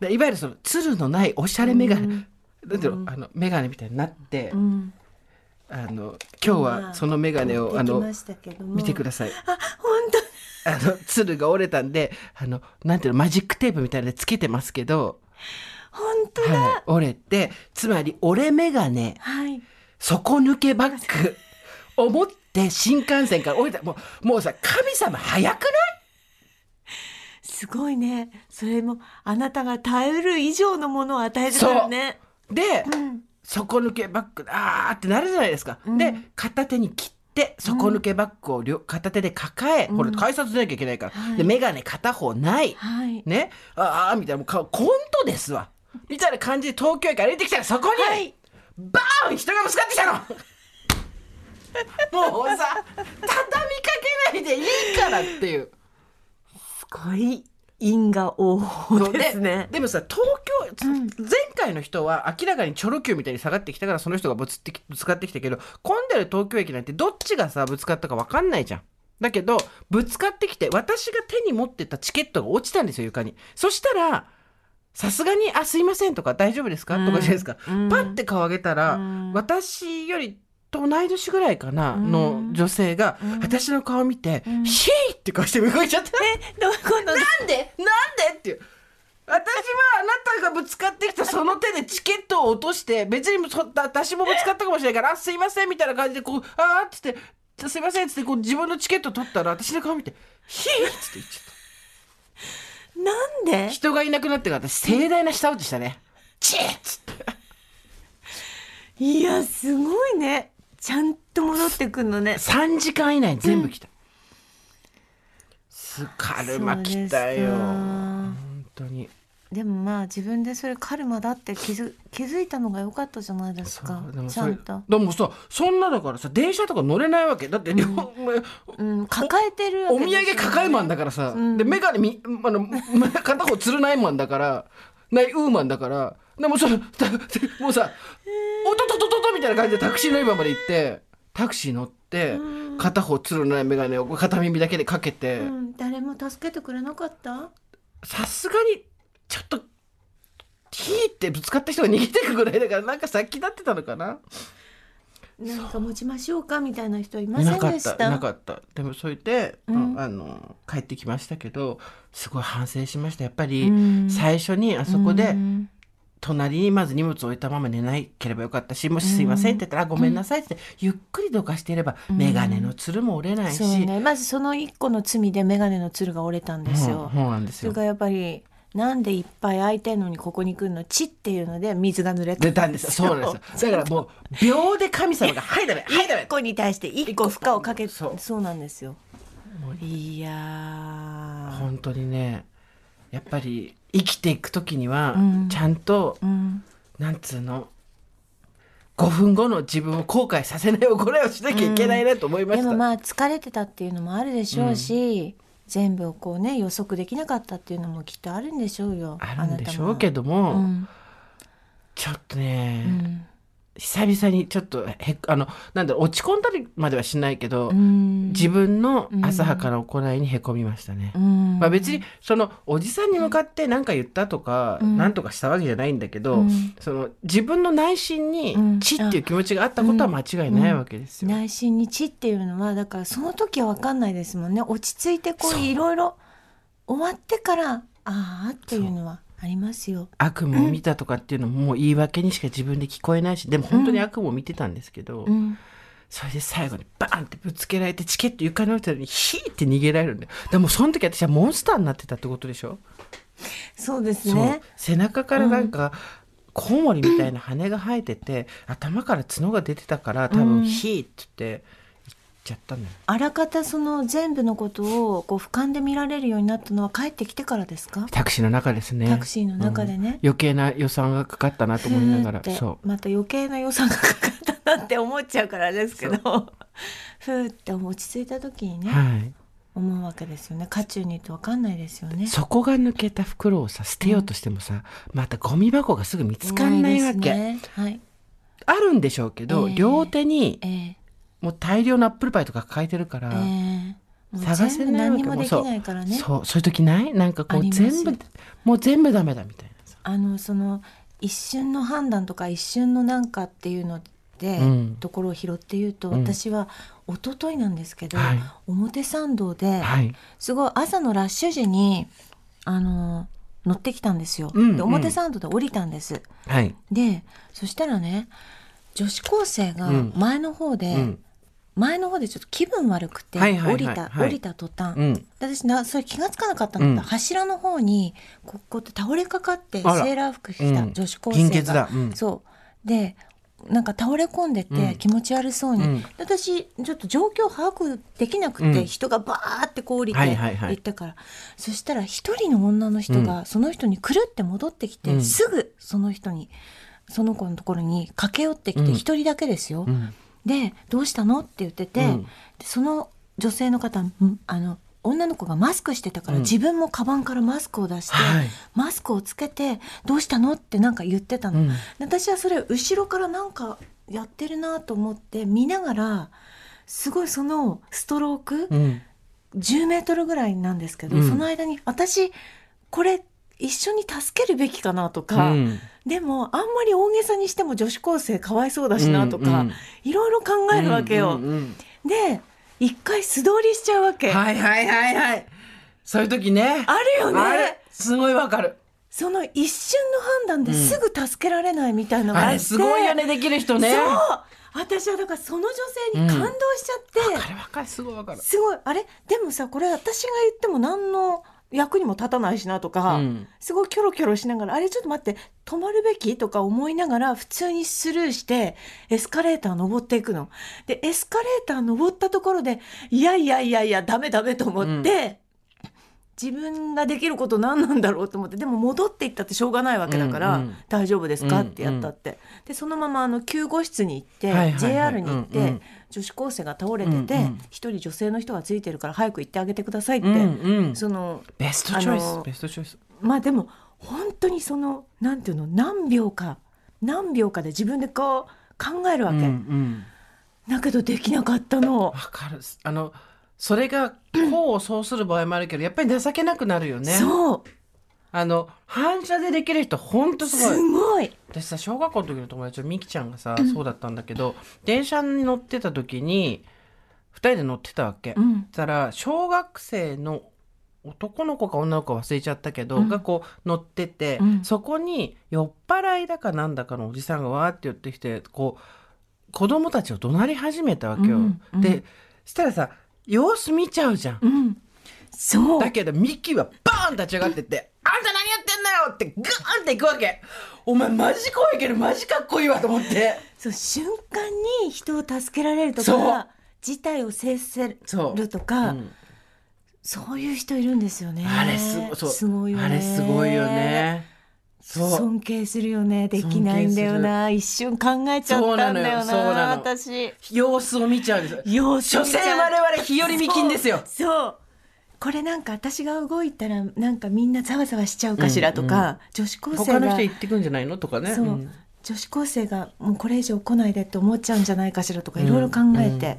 S4: でいわゆるそのつるのないおしゃれメガネ、なんていうのあのメガネみたいになって、あの今日はそのメガネを、あの見てください。
S5: あ本当
S4: あのつるが折れたんであのなんていうのマジックテープみたいなのでつけてますけど、
S5: 本当
S4: はい、折れてつまり折れメガネ。
S5: はい
S4: 底抜けバッ [laughs] グを持って新幹線から降りたもうもうさ神様早くない
S5: すごいねそれもあなたが耐える以上のものを与えてたよね
S4: で、底抜けバッグあーってなるじゃないですか、で片手に切って底抜けバッグを両片手で抱え、これ改札出なきゃいけないから、で眼鏡片方ない、
S5: はい
S4: ねああみたいなもうかコントですわみたいな感じで東京駅歩いてきたらそこに、
S5: はい
S4: バーン人がぶつかってき
S5: [laughs]
S4: たのもうさ畳みかけないでいいからっていう。
S5: すごい因果応報ですね
S4: でもさ東京、前回の人は明らかにチョロ Q みたいに下がってきたからその人がぶつってきぶつかってきたけど混んでる東京駅なんてどっちがさぶつかったか分かんないじゃん。だけどぶつかってきて私が手に持ってたチケットが落ちたんですよ床に。そしたらさすがに「あすいません」とか「大丈夫ですか?」とかじゃないですか、パッて顔上げたら、私よりと同い年ぐらいかな、の女性が、私の顔見て「ヒー!」って顔して動いちゃって
S5: どういうこと
S4: なんでなんでっていう私はあなたがぶつかってきたその手でチケットを落として別にそ私もぶつかったかもしれないからあ「すいません」みたいな感じでこう「あー」っつって「すいません」っつってこう自分のチケット取ったら私の顔見て「ヒー」っつって言っちゃっ
S5: なんで
S4: た人がいなくなってから私盛大な下打ちしたねチーッつって
S5: いやすごいねちゃんと戻ってくんのね
S4: 3時間以内に全部来た、すカルマ来た
S5: そうです
S4: よ
S5: か
S4: 本当に
S5: でもまあ自分でそれカルマだって気づ気づいたのが良かったじゃないですか
S4: そうでも
S5: ち
S4: そ
S5: ゃ
S4: れ
S5: んと、
S4: でもさそんなだからさ電車とか乗れないわけだって両、
S5: うん、抱えてるわ
S4: お
S5: け
S4: 土
S5: ですよね
S4: 産抱えマンだからさ、でメガネみあの [laughs] 片方つるないマンだからないウーマンだからでもそのた [laughs] もうさ「おととととと」みたいな感じでタクシー乗り場まで行ってタクシー乗って片方つるないメガネを片耳だけでかけて
S5: うん、誰も助けてくれなかった
S4: さすがにちょっとヒーってぶつかった人が逃げてくぐらいだからなんか先立ってたのかな。
S5: なんか持ちましょうかみたいな人いま
S4: い
S5: せ
S4: なんか
S5: で
S4: っ
S5: したた
S4: いなかったでもそれで、
S5: ん
S4: あの帰ってきましたけどすごい反省しましたやっぱり、
S5: うん
S4: 最初にあそこで、
S5: うん
S4: 隣にまず荷物を置いたまま寝ないければよかったしもし「すいません」って言ったらあ「ごめんなさい」ってゆっくりどかしていれば、眼鏡のつるも折れないし、
S5: そうねまずその一個の罪で眼鏡のつるが折れたんです
S4: そう
S5: よ、
S4: そうなんです
S5: それ
S4: よ。
S5: がやっぱりなんでいっぱい空いてんのにここに来るの血っていうので水が濡れた
S4: 出たんですよそうなんですよだからもう秒で神様が「はい
S5: [laughs]
S4: ダメはいダメ
S5: 一」個に対して一個負荷をかけ
S4: そ
S5: そううそうなんですよいやー
S4: 本当にねやっぱり生きていく時には、
S5: ん
S4: ちゃんと、
S5: うん
S4: なんつうの5分後の自分を後悔させない行いをしなきゃいけないなと思いま
S5: で
S4: した、
S5: もまあ疲れてたっていうのもあるでしょうし、全部をこうね予測できなかったっていうのもきっとあるんでしょうよ
S4: あるんでしょう
S5: ど
S4: けども、
S5: うん
S4: ちょっとね、
S5: うん
S4: 久々にちょっとへあのなんだろう落ち込んだりまではしないけど、
S5: 自
S4: 自分の
S5: うん
S4: 浅はかな行いにへこみましたね。
S5: 分
S4: まあ、別にそのおじさんに向かって何か言ったとか
S5: うん
S4: 何とかしたわけじゃないんだけど、
S5: うん
S4: その自分の内心に
S5: うん
S4: 血っていう気持ちがあったことは間違いないわけですよ。
S5: 内心に血っていうのはだからその時は分かんないですもんね落ち着いてこ
S4: そう
S5: ういろいろ終わってからああっていうのはありますよ。
S4: 悪夢を見たとかっていうのももう言い訳にしか自分で聞こえないしでも本当に悪夢を見てたんですけど、
S5: うん
S4: それで最後にバーンってぶつけられてチケット床に置いたのにヒーって逃げられるんだよでもその時私はモンスターになってたってことでしょ、
S5: そうです
S4: そう
S5: ね
S4: 背中からなんか、コウモリみたいな羽が生えてて、頭から角が出てたから多
S5: う
S4: 分
S5: ん
S4: ヒーって言って行っちゃったのよ。
S5: あらかたその全部のことをこう俯瞰で見られるようになったのは帰ってきてからですか
S4: タクシーの中ですね。
S5: タクシーの中でね
S4: うん余計な予算がかかったなと思いなが
S5: ふー
S4: ら、
S5: って
S4: そう。
S5: また余計な予算がかかったなって思っちゃうからですけどふーって落ち着いた時にね
S4: はい。
S5: 思うわけですよね渦中にいると分かんないですよね。
S4: そこが抜けた袋をさ、捨てようとしてもさ、またゴミ箱がすぐ見つかんない
S5: で
S4: わ
S5: す
S4: け。
S5: ね、はい、
S4: あるんでしょうけど、
S5: ええ
S4: 両手に
S5: えー
S4: もう大量のアップルパイとか抱えてるから、
S5: ええもう
S4: 探せ
S5: 全部
S4: ないわけ
S5: 何もできないからね
S4: そう、そういう時ないなんかこ
S5: あ
S4: う
S5: りますよ
S4: 全部、もう全部ダメだみたいなさ。
S5: あのその一瞬の判断とか一瞬のなんかっていうので、
S4: うん
S5: ところを拾って言うと、
S4: うん
S5: 私は一昨日なんですけど、
S4: はい
S5: 表参道で
S4: はい。
S5: すごい朝のラッシュ時にあの乗ってきたんですよ、
S4: うんうん
S5: で表参道で降りたんです
S4: はい。
S5: でそしたらね女子高生が
S4: うん
S5: 前の方で、
S4: うん。
S5: 前の方でちょっと気分悪くて
S4: はいはいはい
S5: 降りた
S4: はい
S5: 降りた途端、
S4: うん。
S5: 私なそれ気がつかなかったの、
S4: うん
S5: 柱の方にこうこうやって倒れかかってセ
S4: あら
S5: ーラー服着た
S4: うん
S5: 女子高生が、
S4: 貧血だ。うん。
S5: そうでなんか倒れ込んで
S4: う
S5: て
S4: ん
S5: 気持ち悪そうに、
S4: うん
S5: 私ちょっと状況把握できなくて、
S4: うん
S5: 人がバーってこう降りて
S4: はいはいはい
S5: 行ったから、そしたら一人の女の人がその人にくるって戻ってきて、
S4: うん
S5: すぐその人にその子のところに駆け寄ってき
S4: うん
S5: て一人だけですよ。
S4: うん。
S5: で「どうしたの?」って言ってて、
S4: うん
S5: でその女性の方うんあの女の子がマスクしてたから、
S4: うん
S5: 自分もカバンからマスクを出して、
S4: はい
S5: マスクをつけて「どうしたの?」ってなんか言ってた
S4: う
S5: の、
S4: ん。
S5: で私はそれ後ろからなんかやってるなと思って見ながらすごいそのストローク、
S4: うん。
S5: 10メートルぐらいなんですけど、
S4: うん
S5: その間に私これ一緒に助けるべきかなと
S4: う
S5: か、
S4: ん
S5: でもあんまり大げさにしても女子高生かわいそうだしなとか、
S4: うんうん
S5: いろいろ考えるわけよ。
S4: うんうんうん
S5: で一回素通りしちゃうわけ、
S4: はいはいはいはい。そういう時ね。
S5: あるよ
S4: あ
S5: ね
S4: れすごいわかる。
S5: その一瞬の判断ですぐ助けられないみたいのがあっ
S4: あ
S5: て、
S4: れすごいよねできる人ね。
S5: そう
S4: わ
S5: 私はだからその女性に感動しちゃっ
S4: か
S5: て、
S4: るわかるすごいわかる。
S5: すごいあれでもさこれ私が言っても何の役にも立たないしなとか、
S4: うん
S5: すごいキョロキョロしながらあれちょっと待って止まるべきとか思いながら普通にスルーしてエスカレーター登っていくの。でエスカレーター登ったところでいやいやいやいやダメダメと思って、自分ができること何なんだろうと思ってでも戻っていったってしょうがないわけだから、
S4: うんうん
S5: 大丈夫ですかってやったって。でそのままあの救護室に行って、
S4: はいはいはい
S5: JR に行って、
S4: うんうん
S5: 女子高生が倒れてて
S4: うんうん
S5: 一、人女性の人がついてるから早く行ってあげてくださいって、
S4: うんうん。
S5: その
S4: ベストチョ
S5: あ
S4: イ
S5: の
S4: スベストチョイス。
S5: まあでも本当にそのなんていうの何秒か何秒かで自分でこう考えるわ
S4: う
S5: け、
S4: んうん。
S5: だけどできなかったの、
S4: わかる。あのそれが功を奏する場合もあるけどやっぱり情けなくなるよね。
S5: そう
S4: あの反射でできる人本当す
S5: す
S4: ごい。
S5: ごい
S4: 私さ小学校の時の友達のみきちゃんがさ、そうだったんだけど電車に乗ってた時に2人で乗ってたわけ、
S5: う
S4: そ
S5: ん
S4: したら小学生の男の子か女の子か忘れちゃったけど、
S5: うん
S4: がこう乗ってて、
S5: うん
S4: そこに酔っ払いだかなんだかのおじさんがわーって寄ってきてこう子供たちを怒鳴り始めたわけよ。
S5: うんうん
S4: でしたらさ様子見ちゃうじゃん。
S5: うんそう
S4: だけどミキはバーン立ち上がってって「あんた何やってんだよ!」ってグーンっていくわけお前マジ怖いけどマジかっこいいわと思って
S5: そう瞬間に人を助けられると
S4: そう
S5: か事態を制せる
S4: そう
S5: とか、
S4: うん
S5: そういう人いるんですよね
S4: あれすごそう
S5: すごいよね
S4: あれすごいよねそう
S5: 尊敬するよねできないんだよな一瞬考えちゃったんだよな
S4: そうなのよそうなの
S5: 私
S4: 様子を見ちゃうんです
S5: よ
S4: 所詮我々日和美金ですよ
S5: そうそうこれなんか私が動いたらなんかみんなざわざわしちゃうかしらとか、女子高生
S4: 他
S5: が
S4: の人行ってくんじゃないのとかね
S5: そう、
S4: ん
S5: 女子高生がもうこれ以上来ないでって思っちゃうんじゃないかしらとかいろいろ考えて、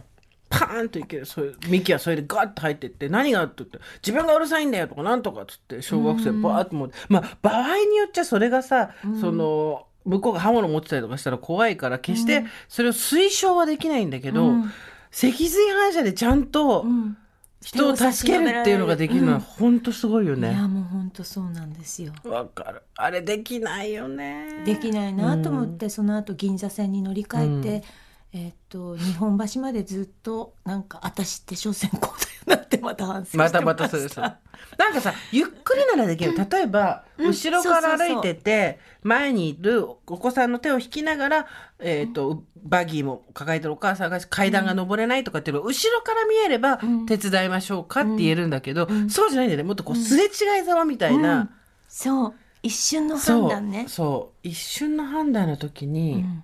S4: パーンといけるそれミキはそれでガッと入ってって何があってって自分がうるさいんだよとかなんとかっつって小学生バーッと持って、まあ場合によっちゃそれがさ、その向こうが刃物持ってたりとかしたら怖いから決してそれを推奨はできないんだけど、
S5: うん
S4: 脊髄反射でちゃんと
S5: うん
S4: 人を助けるっていうのができるの
S5: う
S4: は
S5: ん
S4: 本当すごいよ
S5: い
S4: ね
S5: や。もう本当そうなんですよ。
S4: わ、かるあれできないよね。
S5: できないなと思って、その後銀座線に乗り換えて、えーっと日本橋までずっとなんか私って小専攻だよなってまた反省してま
S4: ま
S5: した
S4: たまたそれさなんかさゆっくりならできる例えば、後ろから歩いてて前にいるお子さんの手を引きながら、えー、とバギーも抱えてるお母さんが階段が登れないとかっていうのは後ろから見えれば手伝いましょうかって言えるんだけど、そうじゃないんだよねもっとこうすれ違いざまみたいな、
S5: そう一瞬の判
S4: そう
S5: 断ね
S4: そう一瞬の判断の時に、
S5: ん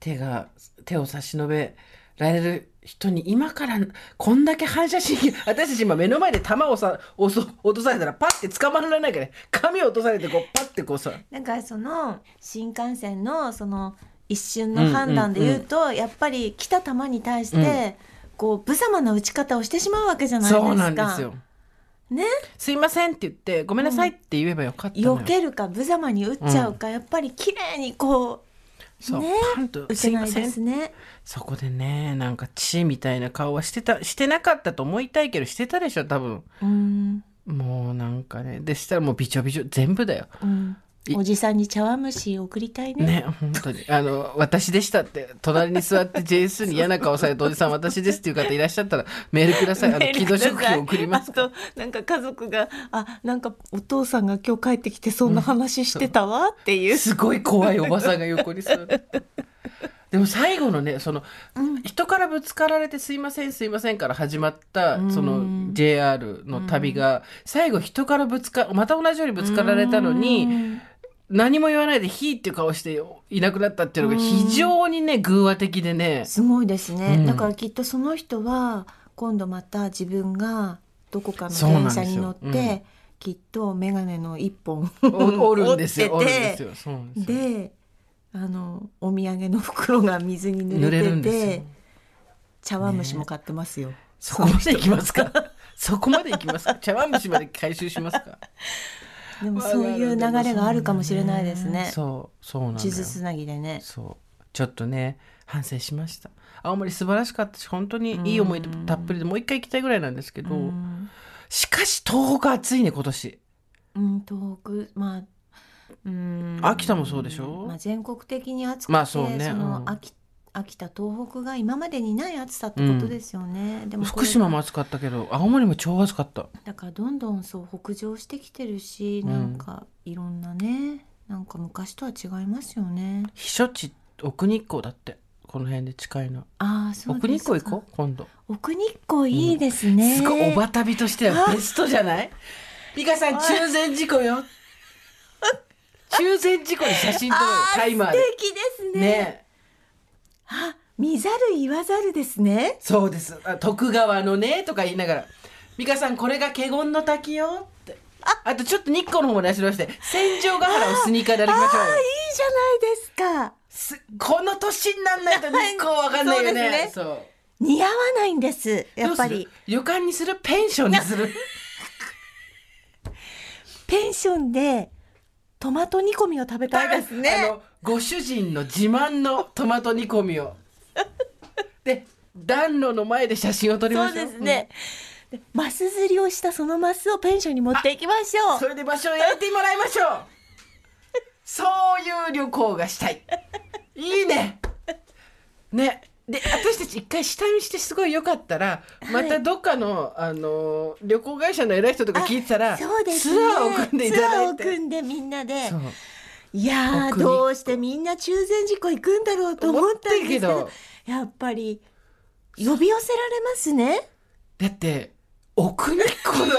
S4: 手が手を差し伸べられる人に今からこんだけ反射神経 [laughs] 私たち今目の前で球をさ落と落とされたらパッて捕まらないからね [laughs] 髪を落とされてこう [laughs] パッてこうさ
S5: なんかその新幹線のその一瞬の判断で言うと、やっぱり来た球に対して、こう無様な打ち方をしてしまうわけじゃないですか。
S4: そうなんですよ。
S5: ね
S4: すいませんって言ってごめんなさいって言えばよかったのよ。
S5: 避けるか無様に打っちゃうか、やっぱり綺麗にこ
S4: そう、
S5: ね
S4: パンと
S5: う打
S4: す
S5: て
S4: い
S5: な
S4: ま
S5: い
S4: せ
S5: で
S4: ん
S5: すね。
S4: そこでねなんか血みたいな顔はしてたしてなかったと思いたいけどしてたでしょ多分。
S5: うん、
S4: もうなんかねでしたらもうびちょびちょ全部だよ。
S5: うん、
S4: い
S5: おじさんに茶碗蒸し送りたいね。
S4: ね本当
S5: [laughs]
S4: にあの私でしたって隣に座って JS に嫌な顔されておじさん私ですっていう方いらっしゃったらメールくださいあの
S5: メール
S4: 木
S5: く
S4: 戸
S5: ださい
S4: 食品送ります
S5: あとなんか家族が「あなんかお父さんが今日帰ってきてそんな話してたわ」っていう、
S4: すごい怖いおばさんが横に
S5: [laughs]
S4: 座って。でも最後のねその、人からぶつかられて「すいませんすいません」から始まったその JR の旅が最後人からぶつかまた同じようにぶつかられたのに何も言わないで「ひ」っていう顔していなくなったっていうのが非常にね偶話的でね
S5: すごいですね、
S4: うん
S5: だからきっとその人は今度また自分がどこかの
S4: そうなん
S5: 電
S4: で
S5: 車
S4: すよ
S5: に乗って、
S4: うん
S5: きっと眼鏡の一本
S4: おおるんですよ。お
S5: 折
S4: る
S5: っ
S4: んです
S5: て
S4: よ。そうなんです
S5: て
S4: よ
S5: であのお土産の袋が水に濡
S4: 濡れ
S5: れ
S4: るん
S5: て
S4: ですよ
S5: て。茶碗蒸しも買ってますよ、
S4: そこまで行きますか。 [laughs] そこまで行きますか。茶碗蒸しまで回収しますか。
S5: でもそういう流れがあるかもしれないですね
S4: そう、そうなんだ
S5: 地
S4: よ。
S5: 図つなぎでね
S4: そう、ちょっとね、反省しました。青森素晴らしかったし、本当にいい思い出たっぷりで、もう一回行きたいぐらいなんですけど。しかし、東北暑いね、今年。
S5: うん遠くまあうん
S4: 秋田もそうでしょ
S5: まあ、全国的に暑くて、
S4: まあそうね
S5: その
S4: うん
S5: 秋秋田東北が今までにない暑さってことですよね、でもこ
S4: 福
S5: れ
S4: 島も暑かったけど、青森も超暑かった。
S5: だからどんどんそう北上してきてるし
S4: うん
S5: なんかいろんなね、なんか昔とは違いますよね
S4: 避暑地、奥日光だって。この辺で近いの。
S5: ああそう
S4: 奥
S5: で
S4: 日
S5: すか
S4: 光行こう、今度。
S5: う奥日光いいですね、
S4: すごいおば旅としてはベストじゃない美香さん中禅寺湖よ
S5: [laughs]
S4: 中禅寺湖に写真撮ろうよタイマー
S5: 素
S4: で
S5: 敵ですね
S4: ね
S5: あ見ざる言わざるですね
S4: そうですあ徳川のねとか言いながら美香さんこれが華厳の滝よってあとちょっと日光の方も出しまして戦場ヶ原をスニーカーで歩きましょうよ
S5: いいじゃないですか
S4: すこの年になんないと日光わかんないよね
S5: そ
S4: そう
S5: 似合わないんですやっぱ
S4: どう
S5: り
S4: する旅館にするペンションにする
S5: ペンションでトマト煮込みを食べたいです
S4: あ
S5: ね。
S4: のご主人の自慢のトマト煮込
S5: [laughs]
S4: みを。で暖炉の前で写真を撮り
S5: そ
S4: ま
S5: う
S4: しょう。
S5: ですね。でマス釣りをしたそのマスをペンションに持っていきまし
S4: うん。
S5: ょ。
S4: そうれで場所を焼いてもらいましょう。そういう旅行がしたい。いいね。ね。で私たち一回下見してすごい良かったら、またどっかのあの旅行会社の偉い人とか聞いてたら、
S5: そうですね。
S4: ツアーを組んでいただいて。
S5: ツアーを組んでみんなで
S4: そう。
S5: いやー
S4: 奥に
S5: どうしてみんな中禅寺湖行くんだろうと思ったんですけ
S4: 思っ
S5: ど
S4: てる、
S5: やっぱり呼び寄せられますね。
S4: だって奥日光
S5: [laughs]
S4: の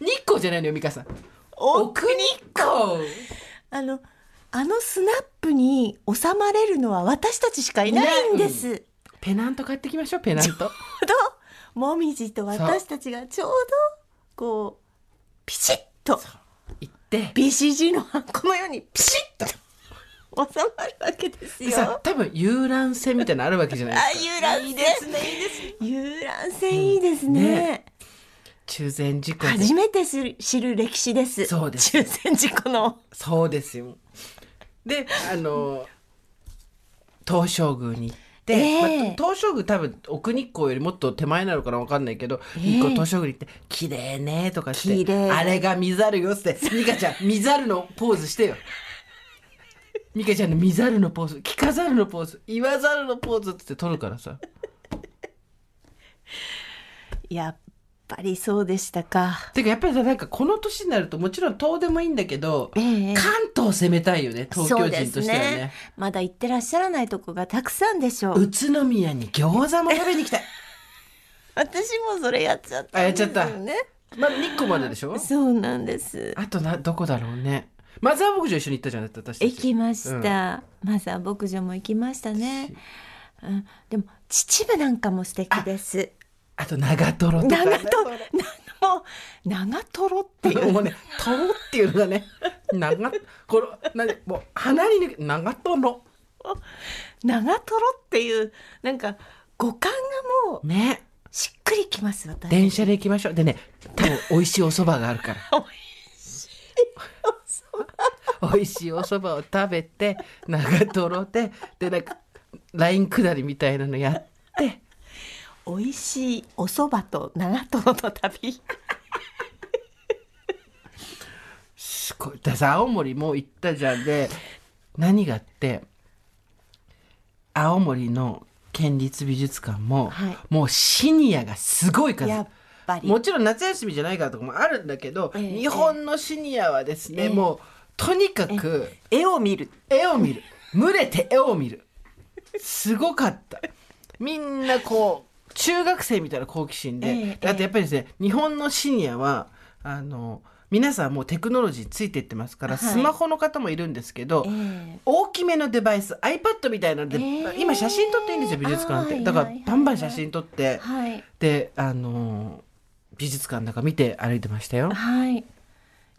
S4: 日光じゃないのよ美香さん奥日光
S5: あのあのスナップに収まれるのは私たちしかいないんです。
S4: ペナント買ってきましょうペナント
S5: ちょうどもみじと私たちがちょうどこうピシッと
S4: [laughs] 行って
S5: BCG の箱のようにピシッとまるわけです
S4: で
S5: よ。
S4: さ多分遊覧船みたいなのあるわけじゃない
S5: あ
S4: ですか
S5: 遊覧船いいですね遊覧船いいですね,、
S4: 中禅寺湖で
S5: 初めてする知る歴史です
S4: そうです
S5: 中禅寺湖の
S4: そうですよであの東照宮に行って、
S5: ええ
S4: まあ東照宮多分奥日光よりもっと手前なのかなわかんないけど、
S5: ええ
S4: 日光東照宮に行って「綺麗ね」とかして
S5: 綺麗
S4: あれが見ざるよ」っつって美香ちゃん見ざるのポーズしてよ美香ちゃんの見ざるのポーズ聞かざるのポーズ言わざるのポーズっつって撮るからさ
S5: やっぱりそうでしたか
S4: てかやっぱりさなんかこの年になるともちろん遠でもいいんだけど、
S5: ええ
S4: 関東攻めたいよね東京人と
S5: そう
S4: しては
S5: です
S4: ね
S5: まだ行ってらっしゃらないとこがたくさんでしょう
S4: 宇都宮に餃子も食べ
S5: [laughs]
S4: に来たい
S5: 私もそれやっちゃったんですよ、ね、
S4: あやっまあ日光まででしょ
S5: そうなんです
S4: あとなどこだろうねマザー牧場一緒に行ったじゃん私たち
S5: 行きました、まずは牧場も行きましたね、うん、でも秩父なんかも素敵です
S4: あと長瀞とか
S5: 長ともう長瀞っていう
S4: [laughs] もうね「とろ」っていうのがね長このなにもう鼻に抜け長瀞
S5: 長瀞っていうなんか五感がもう
S4: ね
S5: しっくりきます私
S4: 電車で行きましょうでね多分美味しいお蕎麦がある
S5: [laughs]
S4: から美味しいお蕎麦を食べて長瀞ででなんかライン下りみたいなのやって
S5: 美味しいお蕎麦と長瀞の旅
S4: すごい。ださ青森も行ったじゃんで何があって青森の県立美術館も、
S5: はい
S4: もうシニアがすごい数
S5: やっぱり
S4: もちろん夏休みじゃないからとかもあるんだけど、
S5: ええ
S4: 日本のシニアはですね、
S5: ええ
S4: もうとにかく
S5: 絵を見る
S4: 絵を見る群れて絵を見るすごかったみんなこう中学生みたいな好奇心で、
S5: ええ
S4: あとやっぱりですね日本のシニアはあの皆さんもうテクノロジーについていってますから、
S5: はい
S4: スマホの方もいるんですけど、
S5: ええ
S4: 大きめのデバイス iPad みたいなので、
S5: ええ
S4: 今写真撮っていいんですよ美術館
S5: あ
S4: って
S5: ー
S4: だか
S5: は
S4: ら
S5: いはいはい
S4: バンバン写真撮って、
S5: はい
S4: であの美術館なんか見て歩いてましたよ。
S5: はい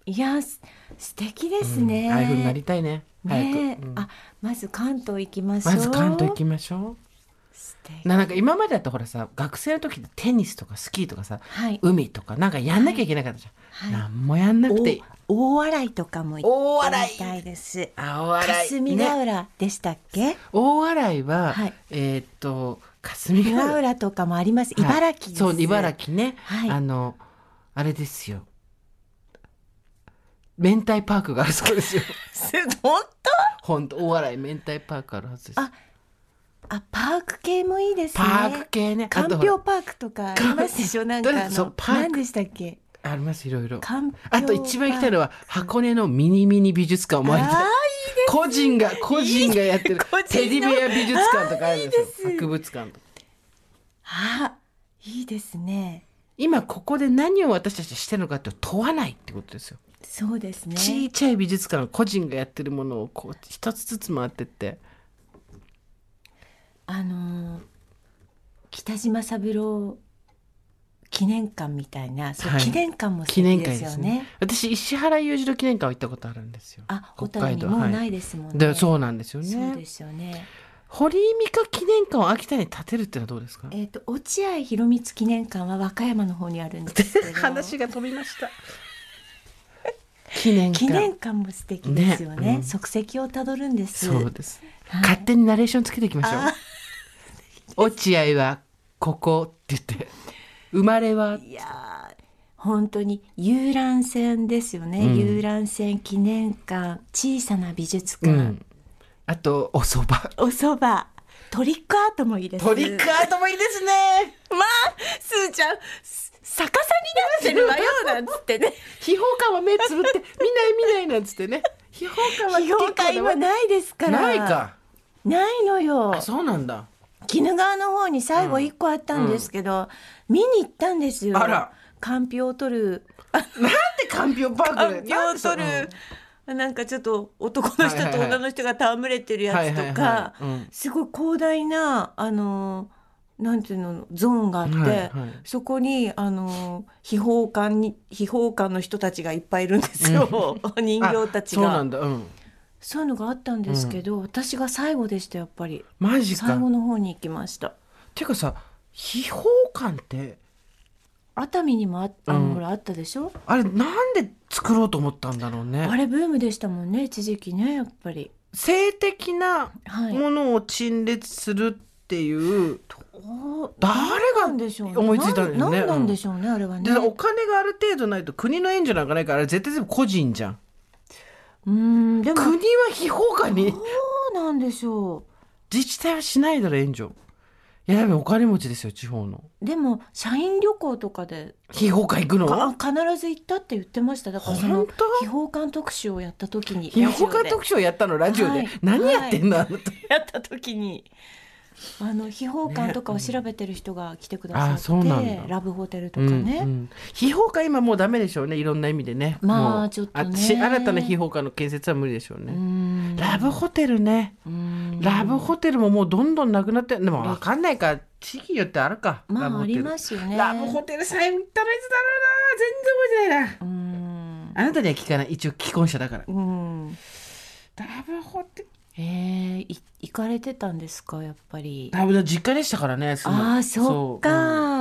S5: いやす素敵です
S4: う
S5: ね、
S4: んああいう風になりたいね早く、
S5: ねえ
S4: うん
S5: あまず関東行きましょう
S4: まず関東行きましょう。
S5: 素敵
S4: ななんか今までだとほらさ学生の時ってテニスとかスキーとかさ
S5: はい
S4: 海とかなんかやんなきゃいけなかったじゃん、
S5: はい
S4: なんもやんなくていい
S5: お大洗とかも行
S4: 大
S5: ってみたいです
S4: 青洗い
S5: 霞ヶ浦でしたっけ、
S4: 大洗いは、
S5: はい
S4: えーっと霞ヶ
S5: 岩
S4: 浦
S5: 浦とかもあります。茨城です。
S4: はいそう茨城ね、
S5: はい
S4: あのあれですよ明太パークがあるそうですよ
S5: 城。本
S4: 本当大洗明太パークあるはずです
S5: あ当。あ、パーク系もいいですね。
S4: パーク系ねあ
S5: か
S4: と
S5: ん
S4: ほ
S5: ぴょ
S4: ら
S5: うパークとかありますでしょなんかあ
S4: そう
S5: の
S4: パーク
S5: 何でしたっけ
S4: ありますいろいろ
S5: かんぴょう
S4: あと一番行きたいの
S5: は
S4: は箱根のミニミニ美術館を回りたい
S5: あ
S4: 個人が個人がやってる
S5: 個人の
S4: テディベア美術館とかあるんですよ
S5: いいです
S4: 博物館とか
S5: あいいですね
S4: 今ここで何を私たちしてるのかって問わないってことですよ、
S5: そうですね
S4: ちいちゃい美術館個人がやってるものをこう一つずつ回ってって
S5: あのー北島三郎記念館みたいな、そう
S4: はい
S5: 記念館も素
S4: 記
S5: 敵
S4: 念
S5: で
S4: 会
S5: す
S4: で
S5: よ
S4: すね
S5: ね
S4: 私石原裕次郎記念館行ったことあるんですよ
S5: あ小
S4: 北
S5: 樽
S4: 海
S5: に
S4: 道
S5: もう
S4: はい
S5: ないですもんね、
S4: でそうなんですよ
S5: そう
S4: ね
S5: ですよね
S4: 堀井美香記念館を秋田に建てるってのはどうですか
S5: えっ、と落合博満記念館は和歌山の方にあるんですけど
S4: [laughs] 話が飛びました記念館
S5: 記念館も素敵ですよね
S4: ねうん
S5: 足跡をたどるんです
S4: そうです、
S5: はい
S4: 勝手にナレーションつけていきましょ
S5: あ
S4: う [laughs] 落合はここって言って生まれはい
S5: やー本当に遊覧船ですよね、
S4: うん
S5: 遊覧船記念館小さな美術
S4: う
S5: 館、
S4: んあとお [laughs] 蕎麦
S5: お蕎麦トリックアートもいいです
S4: トリックアートもいいですね
S5: まあすーちゃんす逆さになってるわよなんつって
S4: [laughs]
S5: ね
S4: 秘宝館は目つぶ [laughs] って見ない見ないなんつってね秘宝館は
S5: 批評会今ないですから
S4: ないか
S5: ないのよ
S4: あそうなんだ
S5: 鬼怒川の方に最後一個あったんですけど、見に行ったんですよ。
S4: あら
S5: かんぴょうを取る、
S4: なんでかんぴょうパー
S5: か
S4: ク
S5: ん
S4: で
S5: ぴょうを取る、なんかちょっと男の人
S4: はいはい
S5: と
S4: はい
S5: 女の人が戯れてるやつと
S4: はいは
S5: か
S4: いはいうん、
S5: すごい広大なあのなんていうのゾーンがあって、
S4: はいはい
S5: そこにあの秘宝 [laughs] 館に秘宝館の人たちがいっぱいいるんですよ。人形たち
S4: そうな
S5: が
S4: んだうん
S5: そういうのがあったんですけど、私が最後でしたやっぱり
S4: マジか
S5: 最
S4: っ
S5: 後の方に行きました
S4: ていうかさ秘宝館って
S5: 熱海にもああの、
S4: うん
S5: ほらあったでしょ
S4: あれなんで作ろうと思ったんだろうね
S5: あれブームでしたもんね一時期ねやっぱり
S4: 性的な
S5: はい
S4: ものを陳列するっていう、
S5: お
S4: 誰
S5: な
S4: が
S5: んでしょうね
S4: 思いついたんだよね
S5: なんなんでしょうね、あれはね
S4: でお金がある程度ないと国の援助なんかないからあれ絶対全部個人じゃん
S5: うんでも
S4: 国
S5: ど
S4: は非法化に
S5: うなんでしょ
S4: 自治体はしないだろ援助いやでもお金持ちですよ地方の
S5: うでも社員旅行とかで
S4: 非法化行く
S5: か
S4: の
S5: 必ず行ったって言ってましただからその
S4: 本当
S5: 秘宝館特集をやった時に
S4: 非法化
S5: ラジオで
S4: 特集をやったのラジオで、
S5: はい
S4: 何やってん
S5: [laughs]
S4: だ、
S5: やった時にあの秘宝館とかを調べてる人が来てくだ
S4: ね
S5: さ
S4: あ
S5: って、
S4: そうなんだ
S5: ラブホテルと
S4: う
S5: か
S4: ん
S5: ね、
S4: うん非法化今もうダメでしょうねいろんな意味でね
S5: まあ
S4: もう
S5: ちょっとね
S4: し新たな非法化の建設は無理でしょうね、
S5: うん
S4: ラブホテルね、
S5: うん
S4: ラブホテルももうどんどんなくなってでも分かんないか地域によってあるか
S5: ま
S4: ラブ
S5: あ
S4: ホ
S5: あ
S4: テ
S5: り
S4: ル
S5: ますよね
S4: ラブホテルさえ行ったのいつだろうな全然覚えて
S5: う
S4: ないな
S5: ん
S4: あなたには聞かない一応既婚者だから
S5: うん
S4: ラブホテル
S5: えー、い行かれてたんですかやっぱり
S4: ラブ実家でしたからね住む
S5: あーそっか